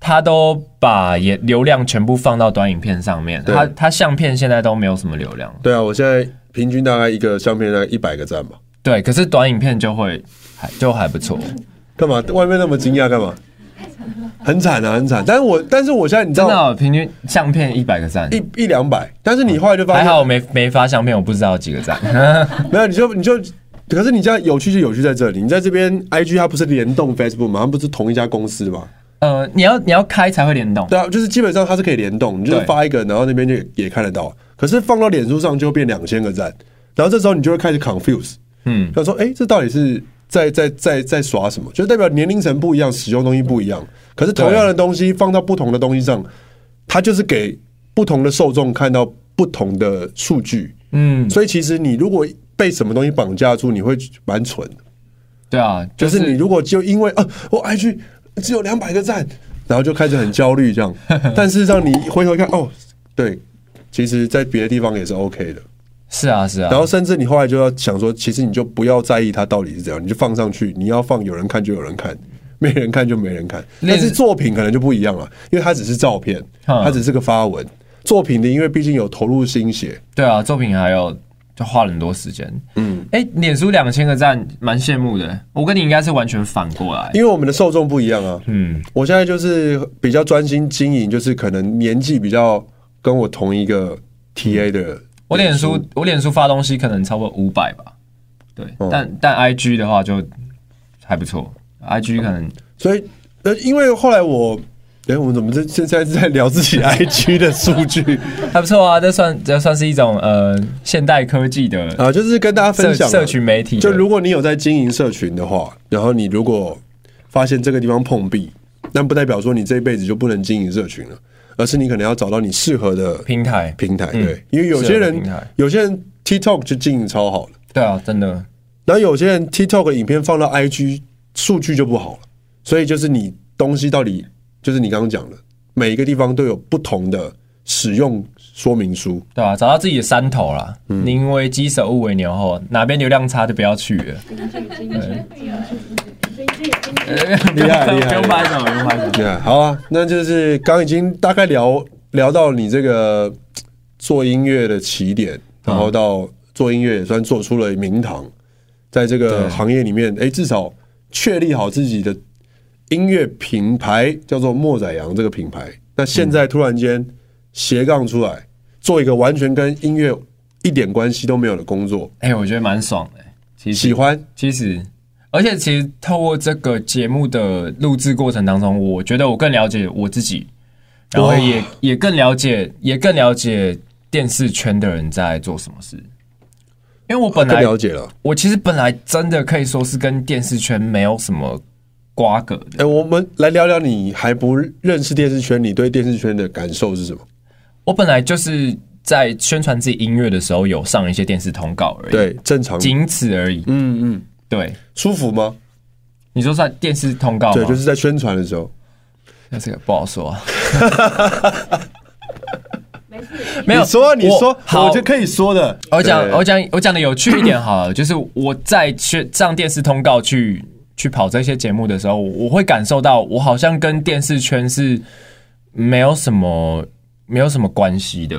[SPEAKER 1] 它都把也流量全部放到短影片上面，
[SPEAKER 2] 对
[SPEAKER 1] 它它相片现在都没有什么流量，
[SPEAKER 2] 对啊。我现在平均大概一个相片大概一百个赞吧。
[SPEAKER 1] 对，可是短影片就会还就还不错，
[SPEAKER 2] 干嘛？外面那么惊讶干嘛？很惨啊，很惨。但是我但是我现在你知
[SPEAKER 1] 真的
[SPEAKER 2] 道
[SPEAKER 1] 哦、平均相片一百个赞。
[SPEAKER 2] 一一两百，但是你后来就发
[SPEAKER 1] 哦还
[SPEAKER 2] 现
[SPEAKER 1] 好我没没发相片，我不知道有几个赞。
[SPEAKER 2] 没有，你就你就，可是你这样有趣就有趣在这里，你在这边 IG 它不是联动 Facebook 吗？它不是同一家公司吗？
[SPEAKER 1] 呃，你要你要开才会联动，
[SPEAKER 2] 对啊，就是基本上它是可以联动，你就是
[SPEAKER 1] 对
[SPEAKER 2] 发一个，然后那边就也看得到。可是放到脸书上就会变两千个赞，然后这时候你就会开始 confuse，
[SPEAKER 1] 嗯，
[SPEAKER 2] 他说：“哎、这到底是在在在在耍什么？就代表年龄层不一样，使用东西不一样。可是同样的东西放到不同的东西上，它就是给不同的受众看到不同的数据。
[SPEAKER 1] 嗯，
[SPEAKER 2] 所以其实你如果被什么东西绑架住，你会蛮蠢的。
[SPEAKER 1] 对啊，就
[SPEAKER 2] 就
[SPEAKER 1] 是是
[SPEAKER 2] 你如果就因为啊，我 IG 只有两百个赞，然后就开始很焦虑 这样。但事实上你回头一看，哦，对，其实在别的地方也是 OK 的。”
[SPEAKER 1] 是啊是啊，
[SPEAKER 2] 然后甚至你后来就要想说，其实你就不要在意它到底是怎样，你就放上去，你要放有人看就有人看，没人看就没人看。
[SPEAKER 1] 那
[SPEAKER 2] 但
[SPEAKER 1] 是
[SPEAKER 2] 是作品可能就不一样了，因为它只是照片，
[SPEAKER 1] 嗯
[SPEAKER 2] 它只是个发文。作品的因为毕竟有投入心血，
[SPEAKER 1] 对啊，作品还有就花了很多时间。嗯，哎、脸书两千个赞，蛮羡慕的。我跟你应该是完全反过来。
[SPEAKER 2] 因为我们的受众不一样啊。
[SPEAKER 1] 嗯，
[SPEAKER 2] 我现在就是比较专心经营，就是可能年纪比较跟我同一个 TA 的。
[SPEAKER 1] 我脸书我脸书发东西可能超过五百吧，对，
[SPEAKER 2] 哦
[SPEAKER 1] 但但 IG 的话就还不错，IG 可能
[SPEAKER 2] 所以呃，因为后来我，哎、我们怎么这现在是在聊 自己 IG 的数据
[SPEAKER 1] 还不错啊。这算这算是一种呃现代科技的
[SPEAKER 2] 啊？就是跟大家
[SPEAKER 1] 社
[SPEAKER 2] 分享啊
[SPEAKER 1] 社群媒体的，
[SPEAKER 2] 就如果你有在经营社群的话，然后你如果发现这个地方碰壁，那不代表说你这一辈子就不能经营社群了，而是你可能要找到你适合的
[SPEAKER 1] 平台，
[SPEAKER 2] 平台。
[SPEAKER 1] 嗯
[SPEAKER 2] 对，因为有些
[SPEAKER 1] 适合的平
[SPEAKER 2] 人
[SPEAKER 1] 台
[SPEAKER 2] 有些人 TikTok 就经营超好了，
[SPEAKER 1] 对啊，真的
[SPEAKER 2] 然后有些人 TikTok 的影片放到 IG 数据就不好了，所以就是你东西到底就是你刚刚讲的，每一个地方都有不同的使用说明书。
[SPEAKER 1] 对啊，找到自己的山头啦。
[SPEAKER 2] 嗯
[SPEAKER 1] 宁为鸡首，勿为牛后，哪边流量差就不要去了。
[SPEAKER 2] 厉害厉害
[SPEAKER 1] 不用拍手，不用拍手。
[SPEAKER 2] 对啊，好啊，那就是刚已经大概聊聊到你这个嘖做音乐的起点，然后到做音乐也算做出了名堂，在这个
[SPEAKER 1] 对
[SPEAKER 2] 行业里面，哎，至少确立好自己的音乐品牌，叫做莫仔阳这个品牌。那现在突然间斜杠出来，做一个完全跟音乐一点关系都没有的工作，
[SPEAKER 1] 哎、我觉得蛮爽的、其
[SPEAKER 2] 喜
[SPEAKER 1] 实，
[SPEAKER 2] 欢
[SPEAKER 1] 其实，而且其实透过这个节目的录制过程当中，我觉得我更了解我自己，然后
[SPEAKER 2] 哇
[SPEAKER 1] 也也更了解，也更了解电视圈的人在做什么事。因为我本
[SPEAKER 2] 更
[SPEAKER 1] 来
[SPEAKER 2] 了解了。
[SPEAKER 1] 我其实本来真的可以说是跟电视圈没有什么瓜葛的。
[SPEAKER 2] 哎、我们来聊聊你还不认识电视圈，你对电视圈的感受是什么？
[SPEAKER 1] 我本来就是在宣传自己音乐的时候有上一些电视通告而已，，
[SPEAKER 2] 对，正常。
[SPEAKER 1] 仅此而已。
[SPEAKER 2] 嗯嗯，
[SPEAKER 1] 对，
[SPEAKER 2] 舒服吗？
[SPEAKER 1] 你说在电视通告吗？
[SPEAKER 2] 对，就是在宣传的时候，
[SPEAKER 1] 那这个不好说、啊。
[SPEAKER 4] 没事，
[SPEAKER 1] 没有
[SPEAKER 2] 你说你说
[SPEAKER 1] 我，好
[SPEAKER 2] 我就可以说的。
[SPEAKER 1] 我讲
[SPEAKER 2] 对
[SPEAKER 1] 我讲我讲的有趣一点好了，就是我在去上电视通告去去跑这些节目的时候，我我会感受到我好像跟电视圈是没有什么没有什么关系的，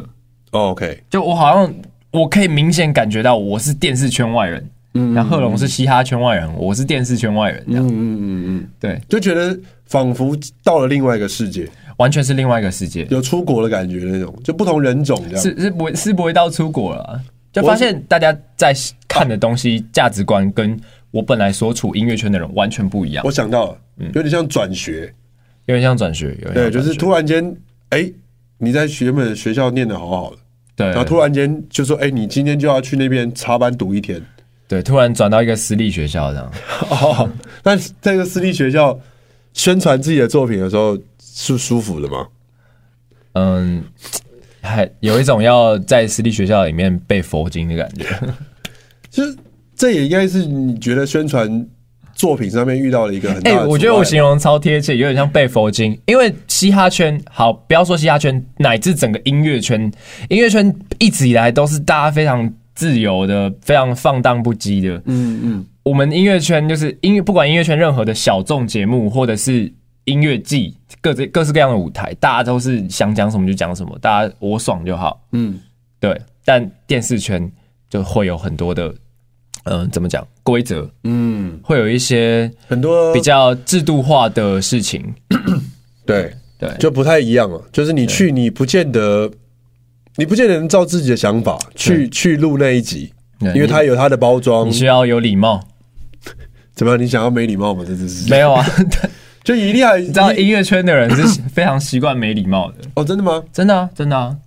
[SPEAKER 2] 哦 OK，
[SPEAKER 1] 就我好像我可以明显感觉到我是电视圈外人，嗯，然后贺龙是嘻哈圈外人，我是电视圈外人，这样
[SPEAKER 2] 嗯嗯嗯嗯，
[SPEAKER 1] 对，
[SPEAKER 2] 就觉得仿佛到了另外一个世界，
[SPEAKER 1] 完全是另外一个世界，
[SPEAKER 2] 有出国的感觉那种，就不同人种这样。
[SPEAKER 1] 是是不会是不会到出国了啊，就发现大家在看的东西价值观跟我本来所处音乐圈的人完全不一样
[SPEAKER 2] 我。想到了，有点像转学，
[SPEAKER 1] 有点像转学，有点像
[SPEAKER 2] 对，就
[SPEAKER 1] 嗯转
[SPEAKER 2] 是
[SPEAKER 1] 学
[SPEAKER 2] 突然间，哎，你在学原本的学校念的好好的，
[SPEAKER 1] 对，
[SPEAKER 2] 然后突然间就说，哎，你今天就要去那边插班读一天。
[SPEAKER 1] 对突然转到一个私立学校这样，
[SPEAKER 2] 哦， 那在一个私立学校宣传自己的作品的时候是舒服的吗？
[SPEAKER 1] 嗯，还有一种要在私立学校里面背佛经的感觉。
[SPEAKER 2] 就是这也应该是你觉得宣传作品上面遇到了一个很大
[SPEAKER 1] 哎、
[SPEAKER 2] 的阻碍。
[SPEAKER 1] 我觉得我形容超贴切，有点像背佛经。因为嘻哈圈，好，不要说嘻哈圈，乃至整个音乐圈，音乐圈一直以来都是大家非常自由的，非常放荡不羁的。
[SPEAKER 2] 嗯嗯
[SPEAKER 1] 我们音乐圈就是音乐，不管音乐圈任何的小众节目或者是音乐季，各自各式各样的舞台，大家都是想讲什么就讲什么，大家我爽就好。
[SPEAKER 2] 嗯，
[SPEAKER 1] 对，但电视圈就会有很多的，嗯、怎么讲规则，
[SPEAKER 2] 嗯，
[SPEAKER 1] 会有一些
[SPEAKER 2] 很多
[SPEAKER 1] 比较制度化的事情。
[SPEAKER 2] 对
[SPEAKER 1] 对
[SPEAKER 2] 就不太一样了。就是你去，你不见得，你不见得能照自己的想法去去录那一集，
[SPEAKER 1] 对
[SPEAKER 2] 因为它有它的包装
[SPEAKER 1] 你。需要有礼貌，
[SPEAKER 2] 怎么样？你想要没礼貌吗？这只是
[SPEAKER 1] 没有啊？
[SPEAKER 2] 就一定要
[SPEAKER 1] 你
[SPEAKER 2] 你
[SPEAKER 1] 知道音乐圈的人是非常习惯没礼貌的，
[SPEAKER 2] 哦，真的吗？
[SPEAKER 1] 真的啊，真的啊。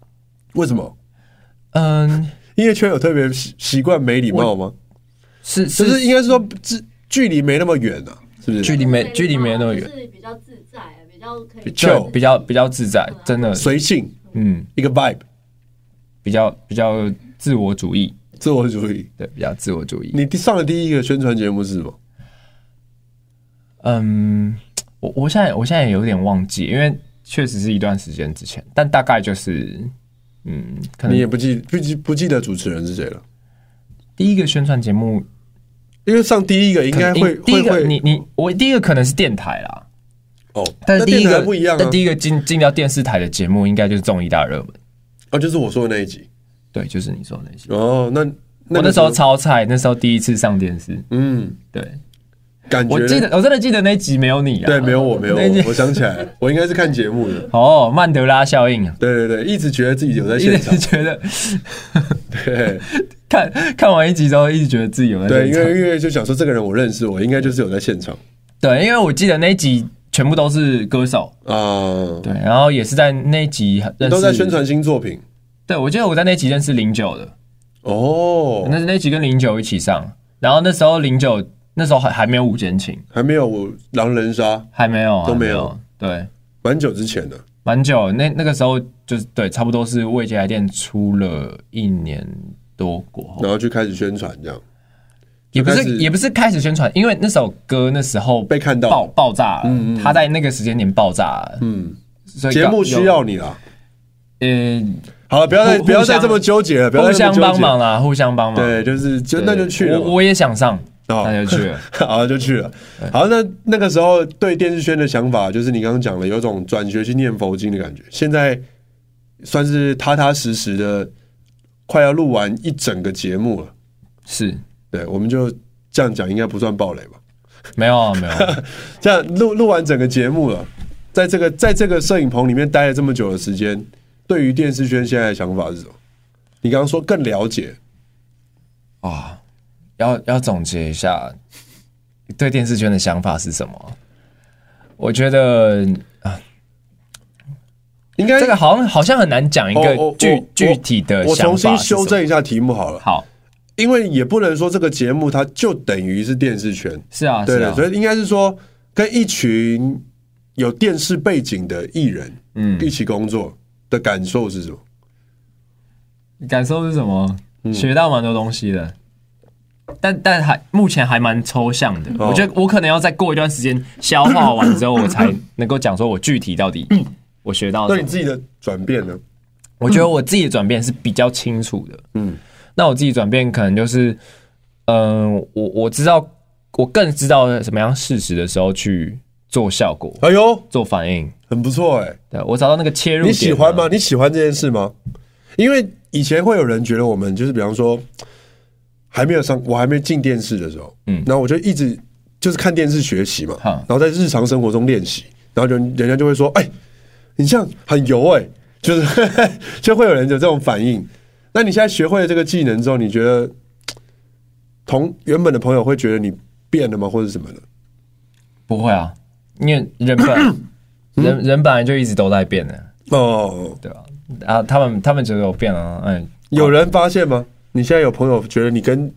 [SPEAKER 2] 为什么？
[SPEAKER 1] 嗯，
[SPEAKER 2] 音乐圈有特别习习惯没礼貌吗？
[SPEAKER 1] 是
[SPEAKER 2] 就是
[SPEAKER 1] 是，
[SPEAKER 2] 应该是说距距离没那么远啊，是不
[SPEAKER 1] 距
[SPEAKER 2] 是？
[SPEAKER 1] 离没距离没那么远，
[SPEAKER 4] 就是比较自在，啊比较可以
[SPEAKER 2] 比较
[SPEAKER 1] 就比较比较自在，真的，
[SPEAKER 2] 随性
[SPEAKER 1] 嗯，
[SPEAKER 2] 一个 vibe，
[SPEAKER 1] 比较比较自我主义，
[SPEAKER 2] 自我主义。
[SPEAKER 1] 对，比较自我主义。
[SPEAKER 2] 你第上的第一个宣传节目是什么？
[SPEAKER 1] 嗯，我我现在我现在也有点忘记，因为确实是一段时间之前，但大概就是，嗯，可
[SPEAKER 2] 你也
[SPEAKER 1] 能
[SPEAKER 2] 不记不记不记得主持人是谁了？
[SPEAKER 1] 第一个宣传节目
[SPEAKER 2] 因为上第一个应
[SPEAKER 1] 可
[SPEAKER 2] 该
[SPEAKER 1] 能
[SPEAKER 2] 会
[SPEAKER 1] 第一
[SPEAKER 2] 会
[SPEAKER 1] 个你
[SPEAKER 2] 会
[SPEAKER 1] 你我第一个可能是电台啦，
[SPEAKER 2] 哦，
[SPEAKER 1] 但是
[SPEAKER 2] 那
[SPEAKER 1] 第一
[SPEAKER 2] 电台
[SPEAKER 1] 个
[SPEAKER 2] 不一样啊
[SPEAKER 1] 但。第一个进进到电视台的节目应该就是综艺大热门，
[SPEAKER 2] 哦，就是我说的那一集。
[SPEAKER 1] 对，就是你说的那些。
[SPEAKER 2] 哦，那
[SPEAKER 1] 我那
[SPEAKER 2] 个
[SPEAKER 1] 时候超菜，那时候第一次上电视，
[SPEAKER 2] 嗯，
[SPEAKER 1] 对
[SPEAKER 2] 感觉
[SPEAKER 1] 我记得我真的记得那一集没有你啊，
[SPEAKER 2] 对，没有 我没有
[SPEAKER 1] 那一
[SPEAKER 2] 我，
[SPEAKER 1] 集
[SPEAKER 2] 我想起来了，我应该是看节目的。
[SPEAKER 1] 哦，曼德拉效应啊，
[SPEAKER 2] 对对对，一直觉得自己有 在
[SPEAKER 1] 一
[SPEAKER 2] 现场
[SPEAKER 1] 直。觉得
[SPEAKER 2] 对
[SPEAKER 1] 看看完一集之后，一直觉得自己有在
[SPEAKER 2] 对，
[SPEAKER 1] 现
[SPEAKER 2] 因
[SPEAKER 1] 场
[SPEAKER 2] 为因为就想说这个人我认识，我应该就是有在现场
[SPEAKER 1] 对，因为我记得那一集全部都是歌手，
[SPEAKER 2] 啊。
[SPEAKER 1] 对，然后也是在那一集认识，
[SPEAKER 2] 都在宣。传新作品
[SPEAKER 1] 对，我记得我在那一集认识零九的，
[SPEAKER 2] 哦，
[SPEAKER 1] 那是那一集跟零九一起上，然后那时候零九那时候还还没有五间情，
[SPEAKER 2] 还没有我狼人杀，
[SPEAKER 1] 还没有啊
[SPEAKER 2] 都没有，
[SPEAKER 1] 对，
[SPEAKER 2] 蛮久之前的。
[SPEAKER 1] 蛮久，那那个时候就是对，差不多是未接来电出了一年多过后，
[SPEAKER 2] 然后就开始宣传这样。
[SPEAKER 1] 也不
[SPEAKER 2] 就开始
[SPEAKER 1] 是也不是开始宣传，因为那首歌那时候
[SPEAKER 2] 被看到嗯
[SPEAKER 1] 爆爆炸了，他在那个时间点爆炸了，嗯，所以
[SPEAKER 2] 节目
[SPEAKER 1] 有
[SPEAKER 2] 需要你啦。
[SPEAKER 1] 呃
[SPEAKER 2] 好了，不要再
[SPEAKER 1] 互
[SPEAKER 2] 不要再
[SPEAKER 1] 互相
[SPEAKER 2] 这么纠结了，不要
[SPEAKER 1] 互
[SPEAKER 2] 再这
[SPEAKER 1] 相
[SPEAKER 2] 么纠结
[SPEAKER 1] 帮忙。啦，互相帮忙。
[SPEAKER 2] 对，就是就
[SPEAKER 1] 对，
[SPEAKER 2] 那就去了
[SPEAKER 1] 我
[SPEAKER 2] 嘛，
[SPEAKER 1] 我也想上，
[SPEAKER 2] 哦
[SPEAKER 1] 那就去了。
[SPEAKER 2] 好就去了。好，那那个时候对电视圈的想法，就是你刚刚讲的，有种转学去念佛经的感觉。现在算是踏踏实实的，快要录完一整个节目了。
[SPEAKER 1] 是，
[SPEAKER 2] 对，我们就这样讲，应该不算暴雷吧？
[SPEAKER 1] 没有啊，没有啊。
[SPEAKER 2] 这样录录完整个节目了，在这个在这个摄影棚里面待了这么久的时间，对于电视圈现在的想法是什么？你刚刚说更了解，
[SPEAKER 1] 啊，要要总结一下对电视圈的想法是什么？我觉得
[SPEAKER 2] 应该
[SPEAKER 1] 这个好像好像很难讲一
[SPEAKER 2] 哎哦
[SPEAKER 1] 个
[SPEAKER 2] 我我
[SPEAKER 1] 具
[SPEAKER 2] 我
[SPEAKER 1] 具体的
[SPEAKER 2] 我
[SPEAKER 1] 想法
[SPEAKER 2] 重新
[SPEAKER 1] 是什么
[SPEAKER 2] 修正一下题目好了，
[SPEAKER 1] 好，
[SPEAKER 2] 因为也不能说这个节目它就等于是电视圈，
[SPEAKER 1] 是啊，
[SPEAKER 2] 对
[SPEAKER 1] 是
[SPEAKER 2] 的，
[SPEAKER 1] 啊，
[SPEAKER 2] 所以应该是说跟一群有电视背景的艺人，嗯，一起工作的感受是什么？
[SPEAKER 1] 感受是什么？
[SPEAKER 2] 嗯
[SPEAKER 1] 学到蛮多东西的，但但还目前还蛮抽象的。
[SPEAKER 2] 哦
[SPEAKER 1] 我觉得我可能要再过一段时间消化完之后，我才能够讲说我具体到底我学到
[SPEAKER 2] 嗯
[SPEAKER 1] 了什
[SPEAKER 2] 那你
[SPEAKER 1] 么。
[SPEAKER 2] 自己的转变呢？
[SPEAKER 1] 我觉得我自己的转变是比较清楚的。嗯，那我自己转变可能就是，嗯、我我知道，我更知道什么样事实的时候去做效果、
[SPEAKER 2] 哎呦，
[SPEAKER 1] 做反应。
[SPEAKER 2] 很不错哎、
[SPEAKER 1] 对我找到那个切入点。啊
[SPEAKER 2] 你喜欢吗？？你喜欢这件事吗？因为以前会有人觉得我们就是，比方说还没有上，我还没进电视的时候，嗯，然后我就一直就是看电视学习嘛，
[SPEAKER 1] 哈
[SPEAKER 2] 然后在日常生活中练习，然后人人家就会说，哎、你这样很油哎、就是 就会有人有这种反应。那你现在学会了这个技能之后，你觉得同原本的朋友会觉得你变了吗，或者什么的？
[SPEAKER 1] 不会啊，因为人 本人人本来就一直都在变的，
[SPEAKER 2] 哦，
[SPEAKER 1] 对吧？啊，他们他们觉得我变了啊，嗯，
[SPEAKER 2] 有人发现吗？你现在有朋友觉得你跟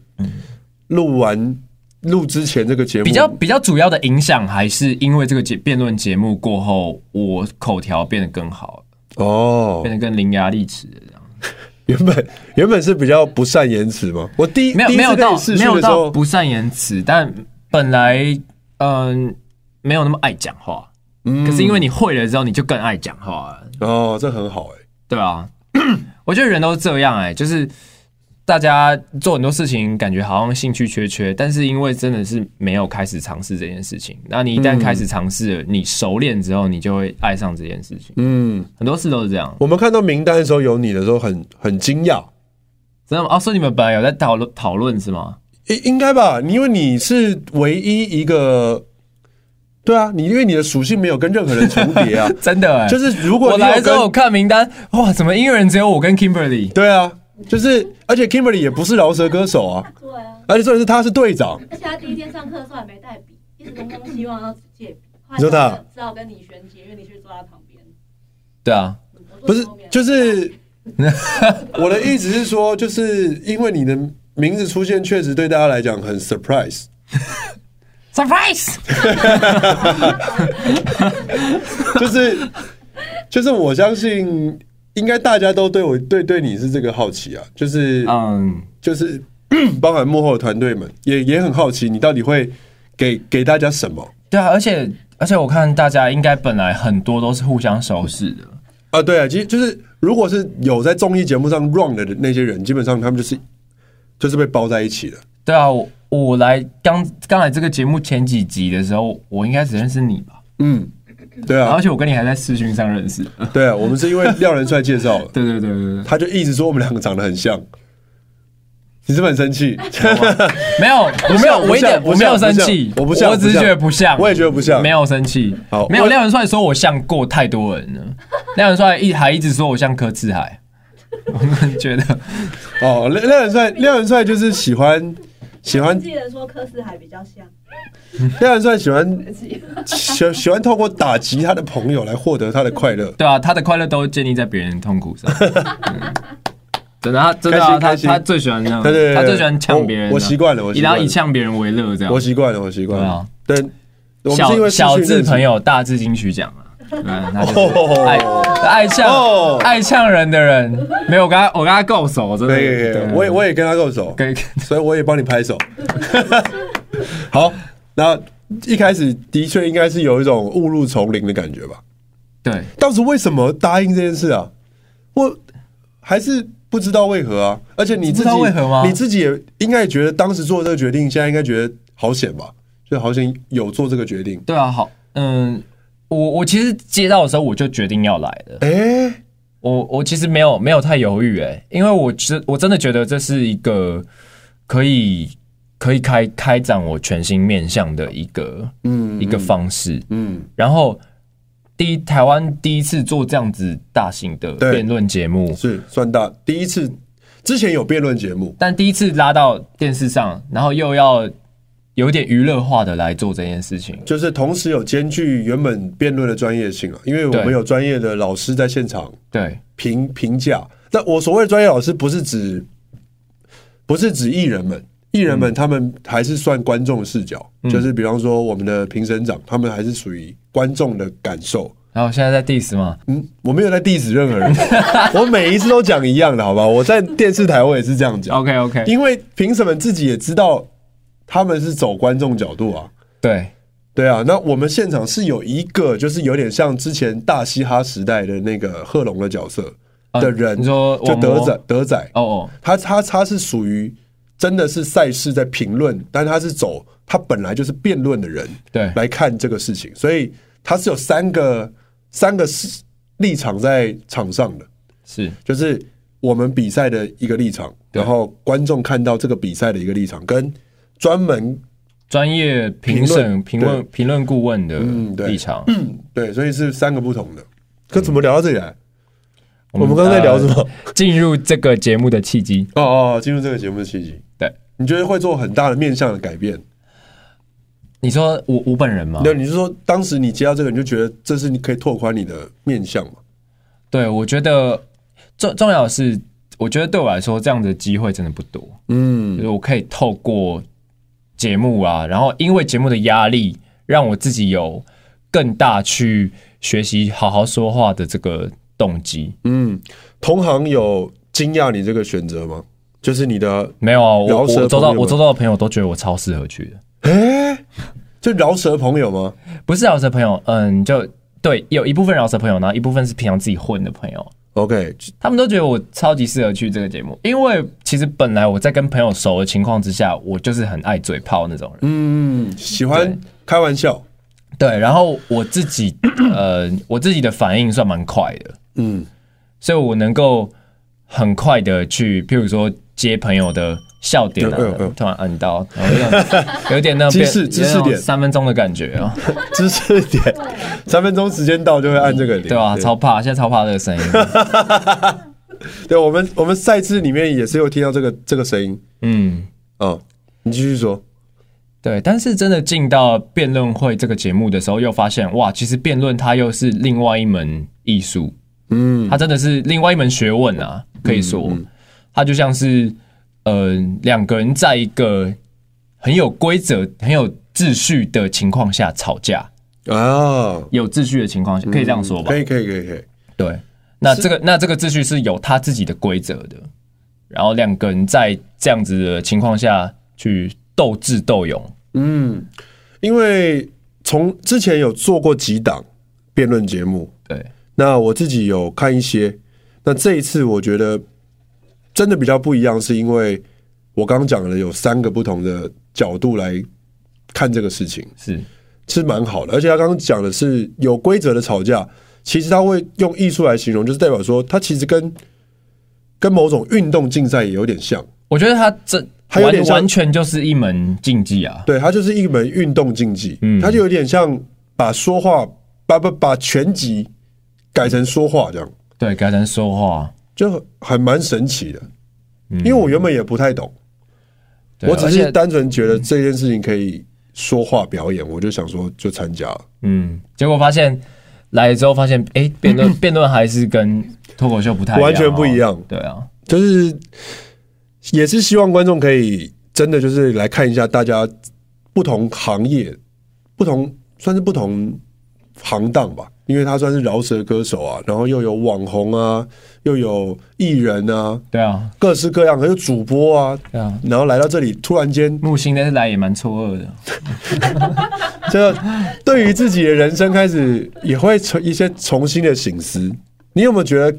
[SPEAKER 2] 录完录之前这个节目
[SPEAKER 1] 嗯比较比较主要的影响还是因为这个节辩论节目过后，我口条变得更好，
[SPEAKER 2] 哦，
[SPEAKER 1] 变得更伶牙俐齿的这样。
[SPEAKER 2] 原本原本是比较不善言辞吗？我第一
[SPEAKER 1] 没有
[SPEAKER 2] 第一
[SPEAKER 1] 没有
[SPEAKER 2] 次跟
[SPEAKER 1] 到
[SPEAKER 2] 你试
[SPEAKER 1] 没
[SPEAKER 2] 训
[SPEAKER 1] 有
[SPEAKER 2] 的时
[SPEAKER 1] 到
[SPEAKER 2] 候，
[SPEAKER 1] 不善言辞，但本来嗯没有那么爱讲话，
[SPEAKER 2] 嗯
[SPEAKER 1] 可是因为你会了之后，你就更爱讲话了，
[SPEAKER 2] 哦，这很好哎、
[SPEAKER 1] 对啊， 我觉得人都是这样哎、就是大家做很多事情，感觉好像兴趣缺缺，但是因为真的是没有开始尝试这件事情，那你一旦开始尝试了，你熟练之后，你就会爱上这件事情。
[SPEAKER 2] 嗯，
[SPEAKER 1] 很多事都是这样，
[SPEAKER 2] 我们看到名单的时候有你的时候很，很惊讶，
[SPEAKER 1] 真的吗？哦，所以你们本来有在讨论讨论是吗？
[SPEAKER 2] 应应该吧？因为你是唯一一个，对啊，你因为你的属性没有跟任何人重叠 啊，
[SPEAKER 1] 真的哎、
[SPEAKER 2] 就是如果
[SPEAKER 1] 我
[SPEAKER 2] 你有
[SPEAKER 1] 来的时候
[SPEAKER 2] 跟
[SPEAKER 1] 我看名单，哇，怎么音乐人只有我跟 Kimberly？
[SPEAKER 2] 对啊，就是而且 Kimberly 也不是饶舌歌手啊，
[SPEAKER 4] 对啊，
[SPEAKER 2] 而且重点是他是队长，
[SPEAKER 4] 而且他第一天上课的时候还没带笔，一直东东西忘要借笔。后来
[SPEAKER 2] 你说他
[SPEAKER 4] 我只好跟你璇姐，因为你去坐他旁边。
[SPEAKER 1] 对啊，
[SPEAKER 4] 我坐
[SPEAKER 2] 不是
[SPEAKER 4] 后面，
[SPEAKER 2] 就是 我的意思是说，就是因为你的名字出现，确实对大家来讲很 surprise。
[SPEAKER 1] surprise，
[SPEAKER 2] 就是就是我相信，应该大家都对我对对你是这个好奇啊，就是
[SPEAKER 1] 嗯，
[SPEAKER 2] 就是 包含幕后的团队们也也很好奇，你到底会给给大家什么
[SPEAKER 1] 对啊，而且而且我看大家应该本来很多都是互相熟识的，
[SPEAKER 2] 啊？对啊，其实就是如果是有在综艺节目上 run 的那些人，基本上他们就是就是被包在一起的。
[SPEAKER 1] 对啊，我我来刚刚来这个节目前几集的时候，我应该只认识你吧，
[SPEAKER 2] 嗯，对啊
[SPEAKER 1] 而，且我跟你还在视讯上认识。
[SPEAKER 2] 对啊，我们是因为廖仁帅介绍的，
[SPEAKER 1] 对对对对
[SPEAKER 2] 他就一直说我们两个长得很像。你是不是很生气？
[SPEAKER 1] 对，没有，我没有，
[SPEAKER 2] 不像
[SPEAKER 1] 我一点
[SPEAKER 2] 不像
[SPEAKER 1] 我没有生气，
[SPEAKER 2] 我不像
[SPEAKER 1] 我只是觉得不像，
[SPEAKER 2] 我也觉得不像
[SPEAKER 1] 没有生气。
[SPEAKER 2] 好
[SPEAKER 1] 没有
[SPEAKER 2] 我
[SPEAKER 1] 廖元帅说我像过太多人了，廖元帅一还一直说我像柯志海，我们觉得
[SPEAKER 2] 哦，廖廖仁帅，廖仁帅就是喜欢喜欢
[SPEAKER 4] 啊记得说科斯还比较像，
[SPEAKER 2] 廖仁帅喜欢喜喜欢透过打击他的朋友来获得他的快乐。
[SPEAKER 1] 对啊，他的快乐都建立在别人的痛苦 上。嗯真的，他真的啊，
[SPEAKER 2] 开
[SPEAKER 1] 他
[SPEAKER 2] 心开心
[SPEAKER 1] 他最喜欢这样，
[SPEAKER 2] 对对对对
[SPEAKER 1] 他最喜欢呛别人啊。
[SPEAKER 2] 我我习惯了我习
[SPEAKER 1] 以
[SPEAKER 2] 惯了
[SPEAKER 1] 他以呛别人为乐这样。啊
[SPEAKER 2] 我习惯了，我习惯了。对，我们是
[SPEAKER 1] 小
[SPEAKER 2] 因为
[SPEAKER 1] 小
[SPEAKER 2] 资讯
[SPEAKER 1] 智
[SPEAKER 2] 认识
[SPEAKER 1] 朋。友哎大智金曲奖啊。对，他就是
[SPEAKER 2] 哦
[SPEAKER 1] 爱爱呛
[SPEAKER 2] 哦
[SPEAKER 1] 爱呛人的人，没有我跟他我跟他够熟，真的。
[SPEAKER 2] 可以可以可
[SPEAKER 1] 对
[SPEAKER 2] 以，我也我也跟他够熟，
[SPEAKER 1] 可以，可以
[SPEAKER 2] 所以我也帮你拍手。 好，那一开始的确应该是有一种误入丛林的感觉吧？
[SPEAKER 1] 对，
[SPEAKER 2] 当时为什么答应这件事啊？我还是不知道为何啊。而且你
[SPEAKER 1] 不
[SPEAKER 2] 自
[SPEAKER 1] 知道
[SPEAKER 2] 己，
[SPEAKER 1] 为何吗
[SPEAKER 2] 你自己也应该也觉得当时做这个决定，现在应该觉得好险吧？就好险有做这个决定。
[SPEAKER 1] 对啊，好，嗯，我我其实接到的时候我就决定要来的，
[SPEAKER 2] 哎、
[SPEAKER 1] 我我其实没有没有太犹豫哎、因为我觉我真的觉得这是一个可以可以开开展我全新面向的一个
[SPEAKER 2] 嗯
[SPEAKER 1] 一个方式，
[SPEAKER 2] 嗯，
[SPEAKER 1] 然后第一台湾第一次做这样子大型的
[SPEAKER 2] 对
[SPEAKER 1] 辩论节目，
[SPEAKER 2] 是算大第一次，之前有辩论节目，
[SPEAKER 1] 但第一次拉到电视上，然后又要有点娱乐化的来做这件事情，
[SPEAKER 2] 就是同时有兼具原本辩论的专业性啊，因为我们
[SPEAKER 1] 对
[SPEAKER 2] 有专业的老师在现场
[SPEAKER 1] 对
[SPEAKER 2] 评评价。那我所谓的专业老师，不是指不是指艺人们，艺人们他们还是算观众视角，就是比方说我们的评审长，他们还是属于观众的感受。
[SPEAKER 1] 然后现在在 diss 嘛，
[SPEAKER 2] 嗯，我没有在 diss 任何人， 我每一次都讲一样的，好吧？我在电视台我也是这样讲
[SPEAKER 1] OK OK，
[SPEAKER 2] 因为评审们自己也知道他们是走观众角度啊。
[SPEAKER 1] 对
[SPEAKER 2] 对啊，那我们现场是有一个，就是有点像之前大嘻哈时代的那个贺龙的角色，
[SPEAKER 1] 呃
[SPEAKER 2] 的人，
[SPEAKER 1] 你说
[SPEAKER 2] 就
[SPEAKER 1] 网
[SPEAKER 2] 德
[SPEAKER 1] 络
[SPEAKER 2] 仔德仔，
[SPEAKER 1] 哦哦，
[SPEAKER 2] 他他他是属于真的是赛事在评论，但他是走他本来就是辩论的人，
[SPEAKER 1] 对
[SPEAKER 2] 来看这个事情，所以他是有三个三个是立场在场上的，
[SPEAKER 1] 是
[SPEAKER 2] 就是我们比赛的一个立场，
[SPEAKER 1] 对
[SPEAKER 2] 然后观众看到这个比赛的一个立场，跟专门
[SPEAKER 1] 专业评审、评
[SPEAKER 2] 评论
[SPEAKER 1] 论、评论顾问的
[SPEAKER 2] 嗯对
[SPEAKER 1] 立场。
[SPEAKER 2] 对，所以是三个不同的。可怎么聊到这里来？
[SPEAKER 1] 我
[SPEAKER 2] 我们刚才在聊什么？
[SPEAKER 1] 呃进入这个节目的契机，
[SPEAKER 2] 哦哦，进入这个节目的契机，
[SPEAKER 1] 对，
[SPEAKER 2] 你觉得会做很大的面向的改变？
[SPEAKER 1] 你说我我本人吗？
[SPEAKER 2] 啊那、你是说当时你接到这个，你就觉得这是你可以拓宽你的面向嘛？
[SPEAKER 1] 对，我觉得重重要的是，我觉得对我来说，这样的机会真的不多。就
[SPEAKER 2] 嗯，
[SPEAKER 1] 是我可以透过节目啊，然后因为节目的压力，让我自己有更大去学习好好说话的这个动机。
[SPEAKER 2] 嗯同行有惊讶你这个选择吗？就是你的
[SPEAKER 1] 没有啊，我
[SPEAKER 2] 饶舌
[SPEAKER 1] 我周
[SPEAKER 2] 朋
[SPEAKER 1] 到
[SPEAKER 2] 友们
[SPEAKER 1] 我周到的朋友都觉得我超适合去的。
[SPEAKER 2] 就饶舌朋友吗？
[SPEAKER 1] 不是饶舌朋友，嗯，就对，有一部分饶舌朋友，然后一部分是平常自己混的朋友，
[SPEAKER 2] OK，
[SPEAKER 1] 他们都觉得我超级适合去这个节目，因为其实本来我在跟朋友熟的情况之下，我就是很爱嘴炮那种人，
[SPEAKER 2] 嗯，喜欢
[SPEAKER 1] 对
[SPEAKER 2] 开玩笑，
[SPEAKER 1] 对，然后我自己， 呃，我自己的反应算蛮快的，
[SPEAKER 2] 嗯，
[SPEAKER 1] 所以我能够很快的去，譬如说接朋友的。笑点啊
[SPEAKER 2] 嗯嗯嗯，
[SPEAKER 1] 突然按到，然后有点 有点那种
[SPEAKER 2] 知识
[SPEAKER 1] 变
[SPEAKER 2] 知识
[SPEAKER 1] 有那
[SPEAKER 2] 点
[SPEAKER 1] 种三分钟的感觉啊，
[SPEAKER 2] 知识点，三分钟时间到就会按这个铃，
[SPEAKER 1] 对吧、超怕，现在超怕这个声音，
[SPEAKER 2] 对，我们我们赛制里面也是有听到这个这个声音，
[SPEAKER 1] 嗯，
[SPEAKER 2] 嗯，你继续说，
[SPEAKER 1] 对，但是真的进到辩论会这个节目的时候，又发现哇，其实辩论它又是另外一门艺术，
[SPEAKER 2] 嗯
[SPEAKER 1] 它真的是另外一门学问啊，可以说，它就像是呃两个人在一个很有规则、很有秩序的情况下吵架，
[SPEAKER 2] 啊，
[SPEAKER 1] 有秩序的情况下，可以这样说吧？
[SPEAKER 2] 嗯可以可以可以可以，
[SPEAKER 1] 对，那这个那这个秩序是有他自己的规则的，然后两个人在这样子的情况下去斗智斗勇，
[SPEAKER 2] 嗯，因为从之前有做过几档辩论节目，
[SPEAKER 1] 对，
[SPEAKER 2] 那我自己有看一些，那这一次我觉得真的比较不一样，是因为我刚刚讲的有三个不同的角度来看这个事情，
[SPEAKER 1] 是
[SPEAKER 2] 是蛮好的。而且他刚刚讲的是有规则的吵架，其实他会用艺术来形容，就是代表说他其实跟跟某种运动竞赛也有点像。
[SPEAKER 1] 我觉得他这
[SPEAKER 2] 还有点
[SPEAKER 1] 完
[SPEAKER 2] 像
[SPEAKER 1] 完全就是一门竞技啊，
[SPEAKER 2] 对，它就是一门运动竞技，它就有点像把说话把把把拳击改成说话这样，
[SPEAKER 1] 对，改成说话，
[SPEAKER 2] 就还蛮神奇的。因为我原本也不太懂，
[SPEAKER 1] 对啊
[SPEAKER 2] 我只
[SPEAKER 1] 而
[SPEAKER 2] 是
[SPEAKER 1] 且
[SPEAKER 2] 单纯觉得这件事情可以说话表演，我就想说就参加了。
[SPEAKER 1] 嗯，结果发现来之后发现，哎、辩 论辩论还是跟脱口秀不太一样哦
[SPEAKER 2] 完全不一样
[SPEAKER 1] 对啊，
[SPEAKER 2] 就是也是希望观众可以真的就是来看一下大家不同行业、不同算是不同行当吧，因为他算是饶舌歌手啊，然后又有网红啊，又有艺人啊，
[SPEAKER 1] 对啊，
[SPEAKER 2] 各式各样，还有主播啊，
[SPEAKER 1] 对啊。
[SPEAKER 2] 然后来到这里，突然间，
[SPEAKER 1] 木星那次来也蛮错愕的，
[SPEAKER 2] 这对于自己的人生开始也会重一些重新的醒思。你有没有觉得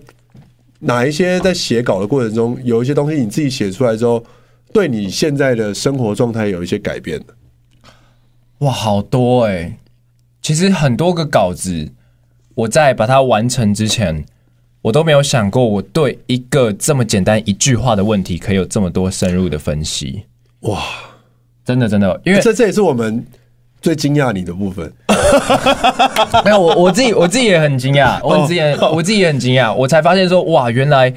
[SPEAKER 2] 哪一些在写稿的过程中，有一些东西你自己写出来之后，对你现在的生活状态有一些改变的？
[SPEAKER 1] 哇，好多哎、其实很多个稿子，我在把它完成之前，我都没有想过我对一个这么简单一句话的问题，可以有这么多深入的分析。
[SPEAKER 2] 哇，
[SPEAKER 1] 真的，真的，因为
[SPEAKER 2] 这这也是我们最惊讶你的部分。
[SPEAKER 1] 没有，我我自己我自己也很惊讶，我自己也我自己也很惊讶，我才发现说哇，原来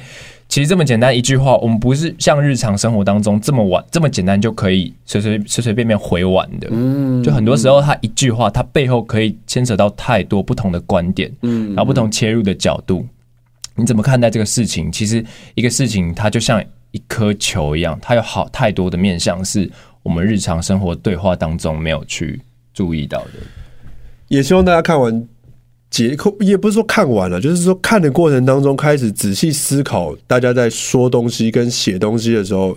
[SPEAKER 1] 其实这么简单一句话，我们不是像日常生活当中这么晚这么简单就可以随随随随便便回完的。嗯，就很多时候它一句话，它背后可以牵扯到太多不同的观点，嗯，然后不同切入的角度，你怎么看待这个事情？其实一个事情它就像一颗球一样，它有好太多的面向是我们日常生活对话当中没有去注意到的。
[SPEAKER 2] 也希望大家看完节课，也不是说看完了，就是说看的过程当中开始仔细思考，大家在说东西跟写东西的时候，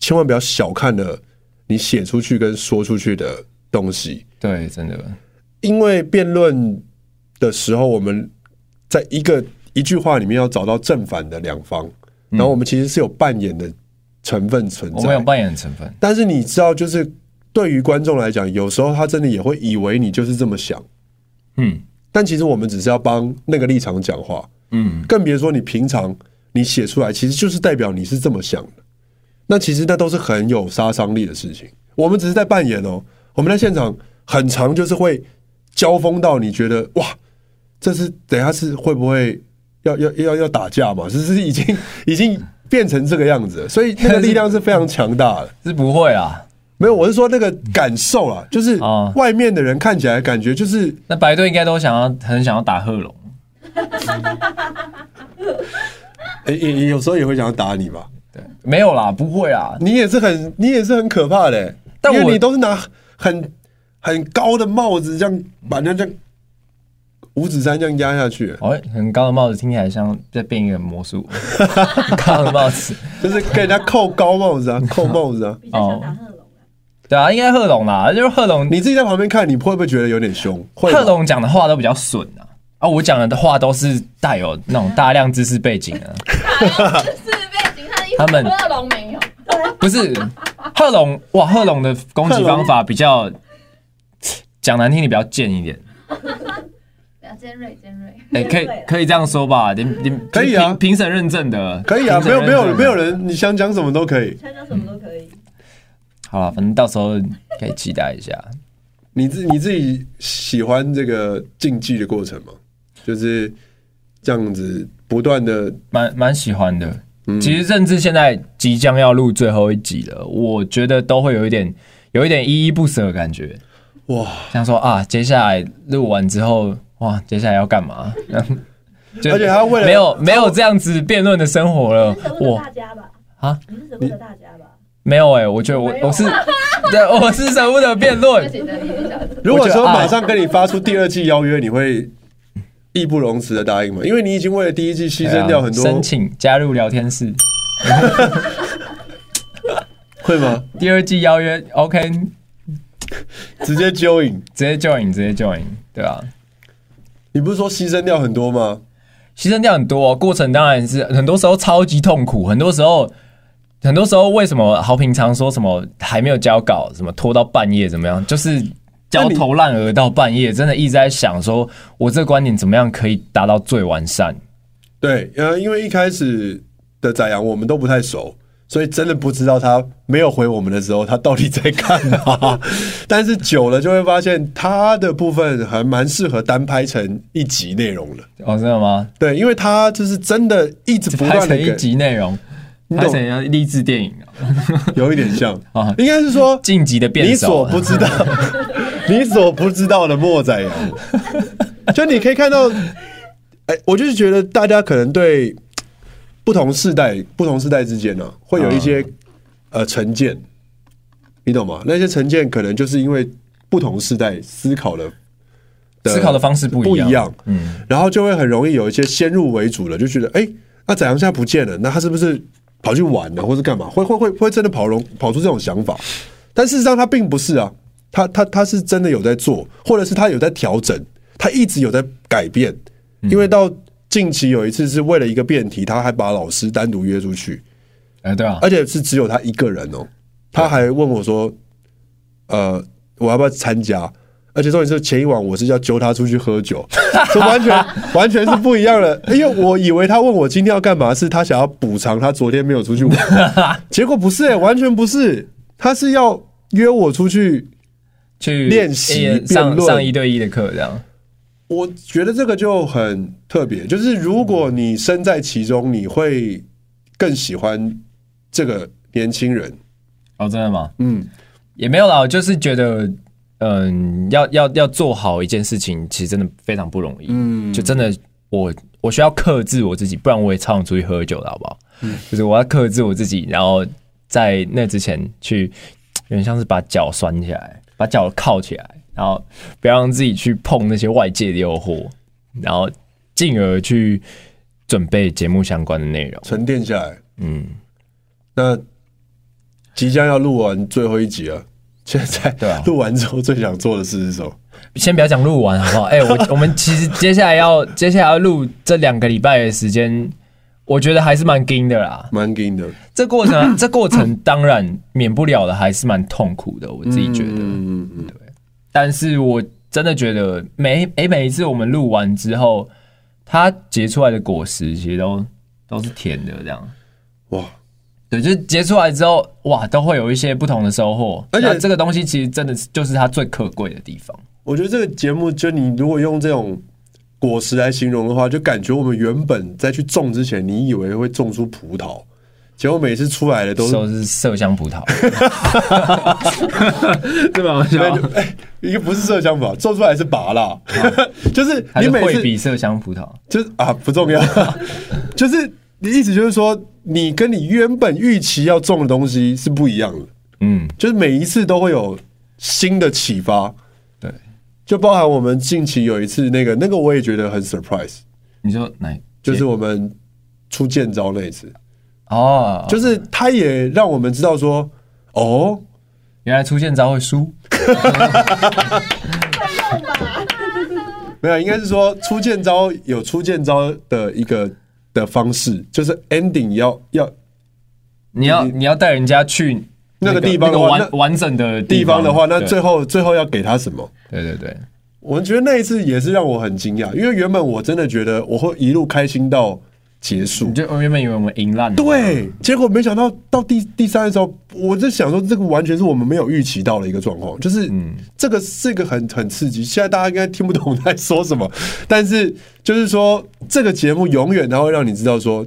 [SPEAKER 2] 千万不要小看了你写出去跟说出去的东西，
[SPEAKER 1] 对，真的。
[SPEAKER 2] 因为辩论的时候，我们在一个一句话里面要找到正反的两方，然后我们其实是有扮演的成分存
[SPEAKER 1] 嗯我们有
[SPEAKER 2] 在。
[SPEAKER 1] 扮演的成分，
[SPEAKER 2] 但是你知道，就是对于观众来讲，有时候他真的也会以为你就是这么想，
[SPEAKER 1] 嗯
[SPEAKER 2] 但其实我们只是要帮那个立场讲话，
[SPEAKER 1] 嗯，
[SPEAKER 2] 更别说你平常你写出来，其实就是代表你是这么想的。那其实那都是很有杀伤力的事情。我们只是在扮演哦，我们在现场很长就是会交锋到你觉得哇，这是等一下是会不会要要要要打架嘛？就是已经已经变成这个样子了，所以那个力量是非常强大的。
[SPEAKER 1] 是不会啦。
[SPEAKER 2] 没有，我是说那个感受啦，就是
[SPEAKER 1] 哦
[SPEAKER 2] 外面的人看起来感觉就是
[SPEAKER 1] 那白队应该都想要很想要打贺龙，
[SPEAKER 2] 诶也也有时候也会想要打你吧。
[SPEAKER 1] 对，没有啦，不会啊啦，
[SPEAKER 2] 你也是很，你也是很可怕的欸、
[SPEAKER 1] 但
[SPEAKER 2] 因为
[SPEAKER 1] 我
[SPEAKER 2] 你都是拿很很高的帽子这样把人家这样五指山这样压下去，
[SPEAKER 1] 哦，很高的帽子听起来像在变一个魔 术，很高的帽子，
[SPEAKER 2] 就是跟人家扣高 帽子啊，扣帽子啊。
[SPEAKER 4] 比较想打贺龙啊。
[SPEAKER 1] 对啊，应该贺龙啦，就是贺龙，
[SPEAKER 2] 你自己在旁边看，你会不会觉得有点凶？会吧
[SPEAKER 1] 贺龙讲的话都比较损啊，啊，我讲的话都是带有那种大量知识背景啊的，
[SPEAKER 5] 是被警察一
[SPEAKER 1] 他们
[SPEAKER 5] 喝龙没有，
[SPEAKER 1] 不是贺龙哇，贺龙的攻击方法比较讲难听点，比较贱一点，
[SPEAKER 5] 比较啊尖锐尖锐。
[SPEAKER 1] 哎、可以可以这样说吧，你你
[SPEAKER 2] 啊可以啊
[SPEAKER 1] 评评审认证的，
[SPEAKER 2] 可以啊，
[SPEAKER 1] 评审
[SPEAKER 2] 没有没
[SPEAKER 1] 认证
[SPEAKER 2] 有
[SPEAKER 1] 的
[SPEAKER 2] 没有人，你想讲什么都可以。
[SPEAKER 4] 参加什么都可以，
[SPEAKER 1] 好了，反正到时候可以期待一下。
[SPEAKER 2] 你自你自己喜欢这个竞技的过程吗？就是这样子不断的，
[SPEAKER 1] 蛮蛮喜欢的。
[SPEAKER 2] 嗯
[SPEAKER 1] 其实甚至现在即将要录最后一集了，我觉得都会有一点有一点依依不舍的感觉，
[SPEAKER 2] 哇！
[SPEAKER 1] 想说啊，接下来录完之后，哇，接下来要干嘛？ 就
[SPEAKER 2] 而且他为了哦
[SPEAKER 1] 没有没有这样子辩论的生活了
[SPEAKER 2] 呃
[SPEAKER 4] 你是，舍不得
[SPEAKER 1] 我
[SPEAKER 4] 大家吧？
[SPEAKER 1] 啊，
[SPEAKER 4] 你是舍不得大家吧？
[SPEAKER 1] 没有哎、我觉得我
[SPEAKER 4] 没有啊
[SPEAKER 1] 我是对我是舍不得辩论
[SPEAKER 5] 自，己的理想，
[SPEAKER 2] 如果说
[SPEAKER 1] 我觉得
[SPEAKER 2] 马上跟你发出第二季邀约，你会义不容辞的答应吗？因为你已经为了第一季牺牲掉很多，
[SPEAKER 1] 对啊申请加入聊天室，
[SPEAKER 2] 会吗？
[SPEAKER 1] 第二季邀约 OK，
[SPEAKER 2] 直接揪引。
[SPEAKER 1] 直接 join 直接 join，对啊。
[SPEAKER 2] 你不是说牺牲掉很多吗？
[SPEAKER 1] 牺牲掉很多、过程当然是很多时候超级痛苦，很多时候，很多时候为什么好平常说什么还没有交稿，什么拖到半夜怎么样，就是焦头烂额到半夜，真的一直在想说我这个观点怎么样可以达到最完善。
[SPEAKER 2] 对，呃，因为一开始的宰羊我们都不太熟，所以真的不知道他没有回我们的时候，他到底在干 嘛。但是久了就会发现，他的部分还蛮适合单拍成一集内容的。
[SPEAKER 1] 哦，真的吗？
[SPEAKER 2] 对，因为他就是真的一直不
[SPEAKER 1] 拍
[SPEAKER 2] 断的
[SPEAKER 1] 成一集内容，拍
[SPEAKER 2] 懂
[SPEAKER 1] 成一个励志电影啊，
[SPEAKER 2] 有一点像
[SPEAKER 1] 啊，
[SPEAKER 2] 应该是说
[SPEAKER 1] 晋级的辩
[SPEAKER 2] 你所
[SPEAKER 1] 手。
[SPEAKER 2] 不知道， 你所不知道的莫仔羊，就你可以看到，哎，我就是觉得大家可能对不同世代、不同世代之间呢、会有一些、
[SPEAKER 1] 嗯
[SPEAKER 2] 呃成见，你懂吗？那些成见可能就是因为不同世代思考的
[SPEAKER 1] 思考的方式不
[SPEAKER 2] 不
[SPEAKER 1] 一样
[SPEAKER 2] 嗯，然后就会很容易有一些先入为主的，就觉得，哎，那宰羊现在不见了，那他是不是跑去玩了，或是干嘛？会会会会真的跑龙跑出这种想法？但事实上他并不是啊，他他他是真的有在做，或者是他有在调整，他一直有在改变。因为到近期有一次是为了一个辩题，他还把老师单独约出去，
[SPEAKER 1] 哎，对啊，
[SPEAKER 2] 而且是只有他一个人哦。他还问我说：“呃，我要不要参加？”而且重点是前一晚我是要揪他出去喝酒，这完全完全是不一样的。因为我以为他问我今天要干嘛，是他想要补偿他昨天没有出去玩，结果不是、欸，完全不是，他是要约我出去。
[SPEAKER 1] 去
[SPEAKER 2] 练习
[SPEAKER 1] 哎
[SPEAKER 2] 辩
[SPEAKER 1] 上
[SPEAKER 2] 论
[SPEAKER 1] 上一对一的课这样。
[SPEAKER 2] 我觉得这个就很特别，就是如果你身在其中，你会更喜欢这个年轻人。
[SPEAKER 1] 哦，真的吗？
[SPEAKER 2] 嗯，
[SPEAKER 1] 也没有啦，我就是觉得，嗯，要要要做好一件事情，其实真的非常不容易。嗯，就真的我我需要克制我自己，不然我也超想出去喝酒的好不好？就是我要克制我自己，然后在那之前去，有点像是把脚拴起来，把脚铐起来，然后不要让自己去碰那些外界的诱惑，然后进而去准备节目相关的内容。
[SPEAKER 2] 沉淀下来。
[SPEAKER 1] 嗯，
[SPEAKER 2] 那 即将要录完最后一集了，现在
[SPEAKER 1] 对啊
[SPEAKER 2] 录完之后最想做的事是什么？
[SPEAKER 1] 先不要讲录完好不好？哎、 我我们其实接下来要接下来要录这两个礼拜的时间，我觉得还是蛮紧的啦。
[SPEAKER 2] 蛮硬的。
[SPEAKER 1] 这过 程这过程当然免不了的，还是蛮痛苦的，我自己觉得。
[SPEAKER 2] 嗯嗯嗯，
[SPEAKER 1] 但是我真的觉得每哎每一次我们录完之后，它结出来的果实其实都都是甜的，这样。
[SPEAKER 2] 哇，
[SPEAKER 1] 对，就是结出来之后，哇，都会有一些不同的收获。
[SPEAKER 2] 而且
[SPEAKER 1] 那这个东西其实真的是就是它最可贵的地方。
[SPEAKER 2] 我觉得这个节目，就你如果用这种果实来形容的话，就感觉我们原本在去种之前，你以为会种出葡萄，结果每次出来的都是
[SPEAKER 1] 都是麝香葡 萄，对吧？
[SPEAKER 2] 哎，一个不是麝香 葡萄，种出来是拔啦， 就是
[SPEAKER 1] 还
[SPEAKER 2] 你
[SPEAKER 1] 是
[SPEAKER 2] 每
[SPEAKER 1] 会
[SPEAKER 2] 次
[SPEAKER 1] 比麝香葡萄，
[SPEAKER 2] 就是啊不重要， 就是你意思就是说，你跟你原本预期要种的东西是不一样的，
[SPEAKER 1] 嗯，
[SPEAKER 2] 就是每一次都会有新的启发，
[SPEAKER 1] 对。
[SPEAKER 2] 就包含我们近期有一次那个那个我也觉得很 surprise，
[SPEAKER 1] 你说哪？
[SPEAKER 2] 就是我们出剑招那一次，
[SPEAKER 1] 哦，就
[SPEAKER 2] 就是他也让我们知道说，哦，
[SPEAKER 1] 原来出现招会输，
[SPEAKER 2] 没有，应该是说出剑招有出剑招的一个的方式，就是 ending 要要
[SPEAKER 1] 你要你要带人家去
[SPEAKER 2] 那个地方
[SPEAKER 1] 那
[SPEAKER 2] 的
[SPEAKER 1] 个
[SPEAKER 2] 话
[SPEAKER 1] 完
[SPEAKER 2] 那
[SPEAKER 1] 完整的
[SPEAKER 2] 地方的话，那
[SPEAKER 1] 对
[SPEAKER 2] 最后最后要给他什么？
[SPEAKER 1] 对对对，
[SPEAKER 2] 我觉得那一次也是让我很惊讶，因为原本我真的觉得我会一路开心到结束
[SPEAKER 1] 你，就我原本以为我们赢烂了，
[SPEAKER 2] 对，结果没想到到第第三的时候，我在想说这个完全是我们没有预期到的一个状况，就是这个是一个很很刺激。现在大家应该听不懂在说什么，但是就是说这个节目永远它会让你知道说，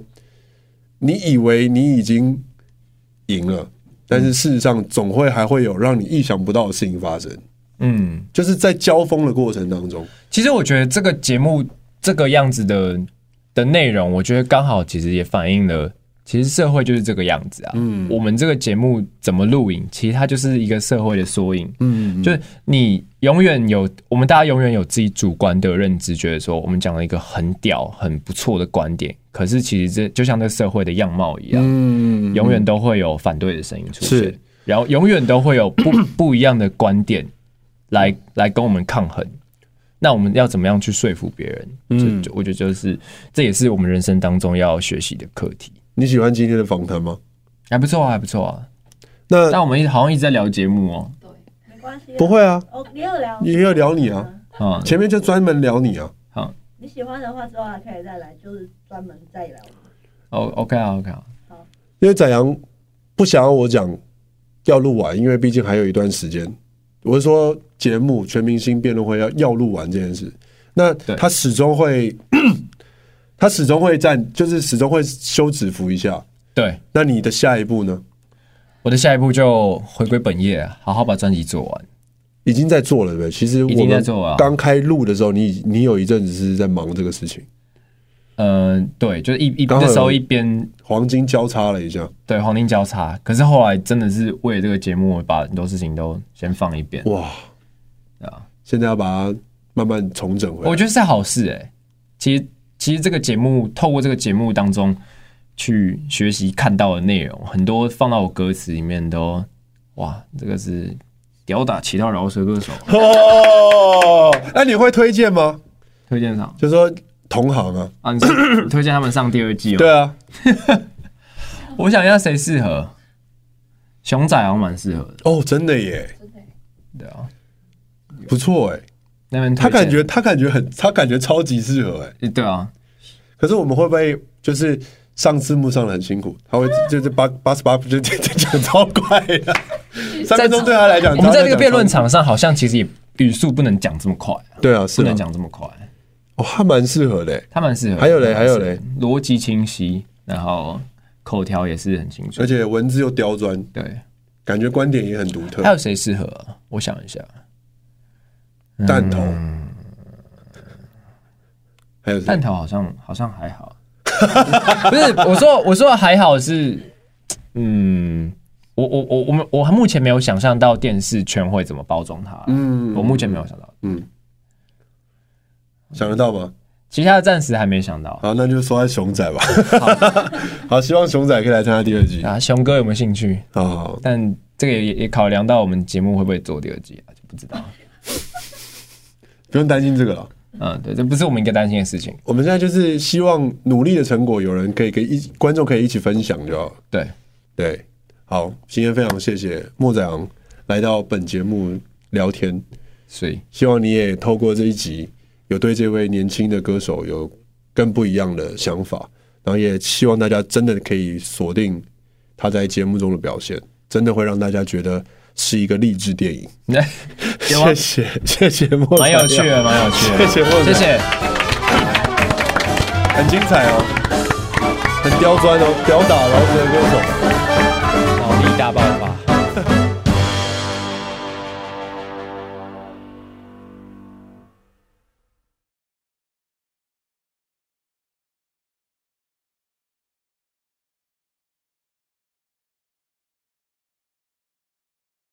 [SPEAKER 2] 你以为你已经赢了，但是事实上总会还会有让你意想不到的事情发生，
[SPEAKER 1] 嗯。
[SPEAKER 2] 就是在交锋的过程当中，
[SPEAKER 1] 其实我觉得这个节目这个样子的的内容，我觉得刚好其实也反映了，其实社会就是这个样子啊。嗯，我们这个节目怎么录影，其实它就是一个社会的缩影。嗯，就是你永远有，我们大家永远有自己主观的认知，觉得说我们讲了一个很屌、很不错的观点，可是其实这就像这社会的样貌一样，
[SPEAKER 2] 嗯，
[SPEAKER 1] 永远都会有反对的声音出现
[SPEAKER 2] 是，
[SPEAKER 1] 然后永远都会有 不不一样的观点来来跟我们抗衡。那我们要怎么样去说服别人？嗯，就我觉得就是这也是我们人生当中要学习的课题。
[SPEAKER 2] 你喜欢今天的访谈吗？
[SPEAKER 1] 还不错啊，还不错啊。
[SPEAKER 2] 那
[SPEAKER 1] 但我们一直好像一直在聊节目哦，
[SPEAKER 4] 没关系啊，
[SPEAKER 2] 不会啊，
[SPEAKER 4] 哦，也有聊，
[SPEAKER 2] 也有聊你啊，
[SPEAKER 1] 嗯，
[SPEAKER 2] 前面就专门聊你啊。
[SPEAKER 4] 你喜欢的话之后还可以再来，就是专门再聊。
[SPEAKER 1] 哦，OK 啊，OK 啊，
[SPEAKER 2] 因为展阳不想要我讲要录完，因为毕竟还有一段时间。我是说节目《全明星辩论会要》要录完这件事，那
[SPEAKER 1] 对
[SPEAKER 2] 他始终会， 他始终会站，就是始终会休止符一下。
[SPEAKER 1] 对，
[SPEAKER 2] 那你的下一步呢？
[SPEAKER 1] 我的下一步就回归本业，好好把专辑做完。
[SPEAKER 2] 已经在做了，对不对？其实
[SPEAKER 1] 已
[SPEAKER 2] 我
[SPEAKER 1] 经在
[SPEAKER 2] 们
[SPEAKER 1] 做啊
[SPEAKER 2] 刚开录的时候，你你有一阵子是在忙这个事情，
[SPEAKER 1] 嗯、对，就是一一
[SPEAKER 2] 刚好
[SPEAKER 1] 那
[SPEAKER 2] 有
[SPEAKER 1] 时候一边
[SPEAKER 2] 黄金交叉了一下。
[SPEAKER 1] 对黄金交叉，可是后来真的是为了这个节目，我把很多事情都先放一边。
[SPEAKER 2] 哇，
[SPEAKER 1] 对啊，
[SPEAKER 2] 现在要把它慢慢重整回
[SPEAKER 1] 我
[SPEAKER 2] 来。
[SPEAKER 1] 觉得是好事哎、其实，其实这个节目透过这个节目当中去学习看到的内容，很多放到我歌词里面都，哇，这个是吊打其他饶舌歌手，
[SPEAKER 2] 哦，那你会推荐吗？
[SPEAKER 1] 推荐上
[SPEAKER 2] 就说同行啊，
[SPEAKER 1] 啊，你 是你推荐他们上第二季哦。
[SPEAKER 2] 对，啊，
[SPEAKER 1] 我想一下谁适合，熊仔好像蛮适合的，
[SPEAKER 2] 哦，真的耶，
[SPEAKER 1] 对啊，
[SPEAKER 2] 不错哎，
[SPEAKER 1] 那边推
[SPEAKER 2] 他
[SPEAKER 1] 荐
[SPEAKER 2] 感觉他感觉很，他感觉超级适合哎。
[SPEAKER 1] 对啊，
[SPEAKER 2] 可是我们会不会就是上字幕上的很辛苦？他会就是八八十八就就讲超快的， 三分钟对他来讲，
[SPEAKER 1] 我们在这
[SPEAKER 2] 他来
[SPEAKER 1] 个
[SPEAKER 2] 讲
[SPEAKER 1] 辩论，场上好像其实也语速不能讲这么快啊、
[SPEAKER 2] 对啊，是
[SPEAKER 1] 不
[SPEAKER 2] 啊
[SPEAKER 1] 能，讲这么快，
[SPEAKER 2] 哦，他蛮适合的耶，
[SPEAKER 1] 他蛮适合的。
[SPEAKER 2] 还有嘞
[SPEAKER 1] 他蛮适合
[SPEAKER 2] 还有嘞，
[SPEAKER 1] 逻辑清晰，然后口条也是很清楚
[SPEAKER 2] 而。且文字又刁钻，
[SPEAKER 1] 对，
[SPEAKER 2] 感觉观点也很独特
[SPEAKER 1] 还。有谁适合啊、我想一下，嗯
[SPEAKER 2] 弹头，还有谁
[SPEAKER 1] 弹头好像好像还好。 不是，我说我说还好是，嗯，我我我我们我目前没有想象到电视圈会怎么包装它。嗯，我目前没有想到，
[SPEAKER 2] 想得到吗？
[SPEAKER 1] 其他的暂时还没想到。
[SPEAKER 2] 好，那就说在熊仔吧。 好，希望熊仔可以来参加第二季。
[SPEAKER 1] 啊，熊哥有没有兴趣？
[SPEAKER 2] 好好，好
[SPEAKER 1] 但这个也也也考量到我们节目会不会做第二季啊，就不知道。
[SPEAKER 2] 不用担心这个了。
[SPEAKER 1] 嗯，对，这不是我们应该担心的事情。
[SPEAKER 2] 我们现在就是希望努力的成果，有人可以给一观众可以一起分享就好。
[SPEAKER 1] 对，
[SPEAKER 2] 对，好，今天非常谢谢莫仔昂来到本节目聊天，
[SPEAKER 1] 所以
[SPEAKER 2] 希望你也透过这一集，有对这位年轻的歌手有更不一样的想法，然后也希望大家真的可以锁定他在节目中的表现，真的会让大家觉得是一个励志电影。
[SPEAKER 1] 那
[SPEAKER 2] 谢谢，谢谢莫仔昂，
[SPEAKER 1] 蛮有趣的，蛮有趣的。
[SPEAKER 2] 谢谢莫
[SPEAKER 1] 谢
[SPEAKER 2] 仔，
[SPEAKER 1] 谢。
[SPEAKER 2] 很精彩哦，很刁钻哦，吊打老子的歌手。
[SPEAKER 1] 哦好，力大爆。